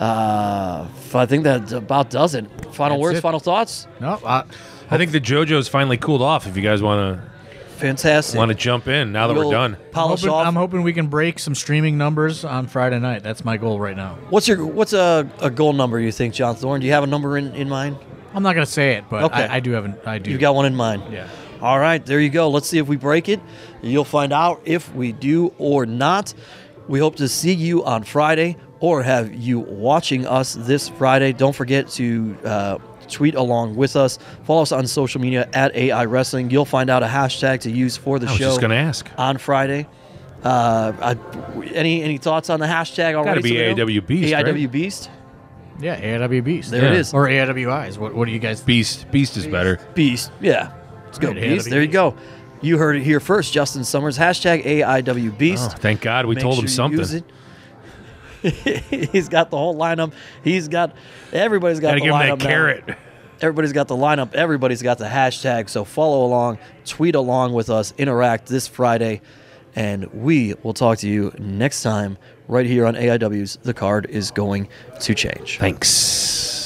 uh, f- i think that about does it final That's words it. final thoughts No, I, I think the JoJo's finally cooled off. If you guys want to fantastic want to jump in now that We'll we're done, I'm, polish hoping, off I'm hoping we can break some streaming numbers on Friday night. That's my goal right now. what's your what's a, a goal number you think john thorne do you have a number in, in mind I'm not going to say it, but Okay. I, I do have an I do. You've got one in mind. Yeah. All right, there you go. Let's see if we break it. You'll find out if we do or not. We hope to see you on Friday or have you watching us this Friday. Don't forget to uh, tweet along with us. Follow us on social media at AI Wrestling. You'll find out a hashtag to use for the I was show just going to ask. on Friday. Uh, I, any any thoughts on the hashtag already? be Sabrina? AIW Beast, right? AIW Beast. yeah, AIW Beast. There it is. Or AIWIs. What, what do you guys think? Beast, Beast is better. Beast. Yeah. Let's go, Right, Beast. AIW. There you go. You heard it here first, Justin Summers. Hashtag AIW Oh, Beast. thank God we Make told sure him you use something. it. He's got the whole lineup. He's got everybody's got Got to the give him lineup that now. carrot. Everybody's got the lineup. Everybody's got the hashtag. So follow along, tweet along with us, interact this Friday, and we will talk to you next time right here on AIW's The Card is Going to Change. Thanks.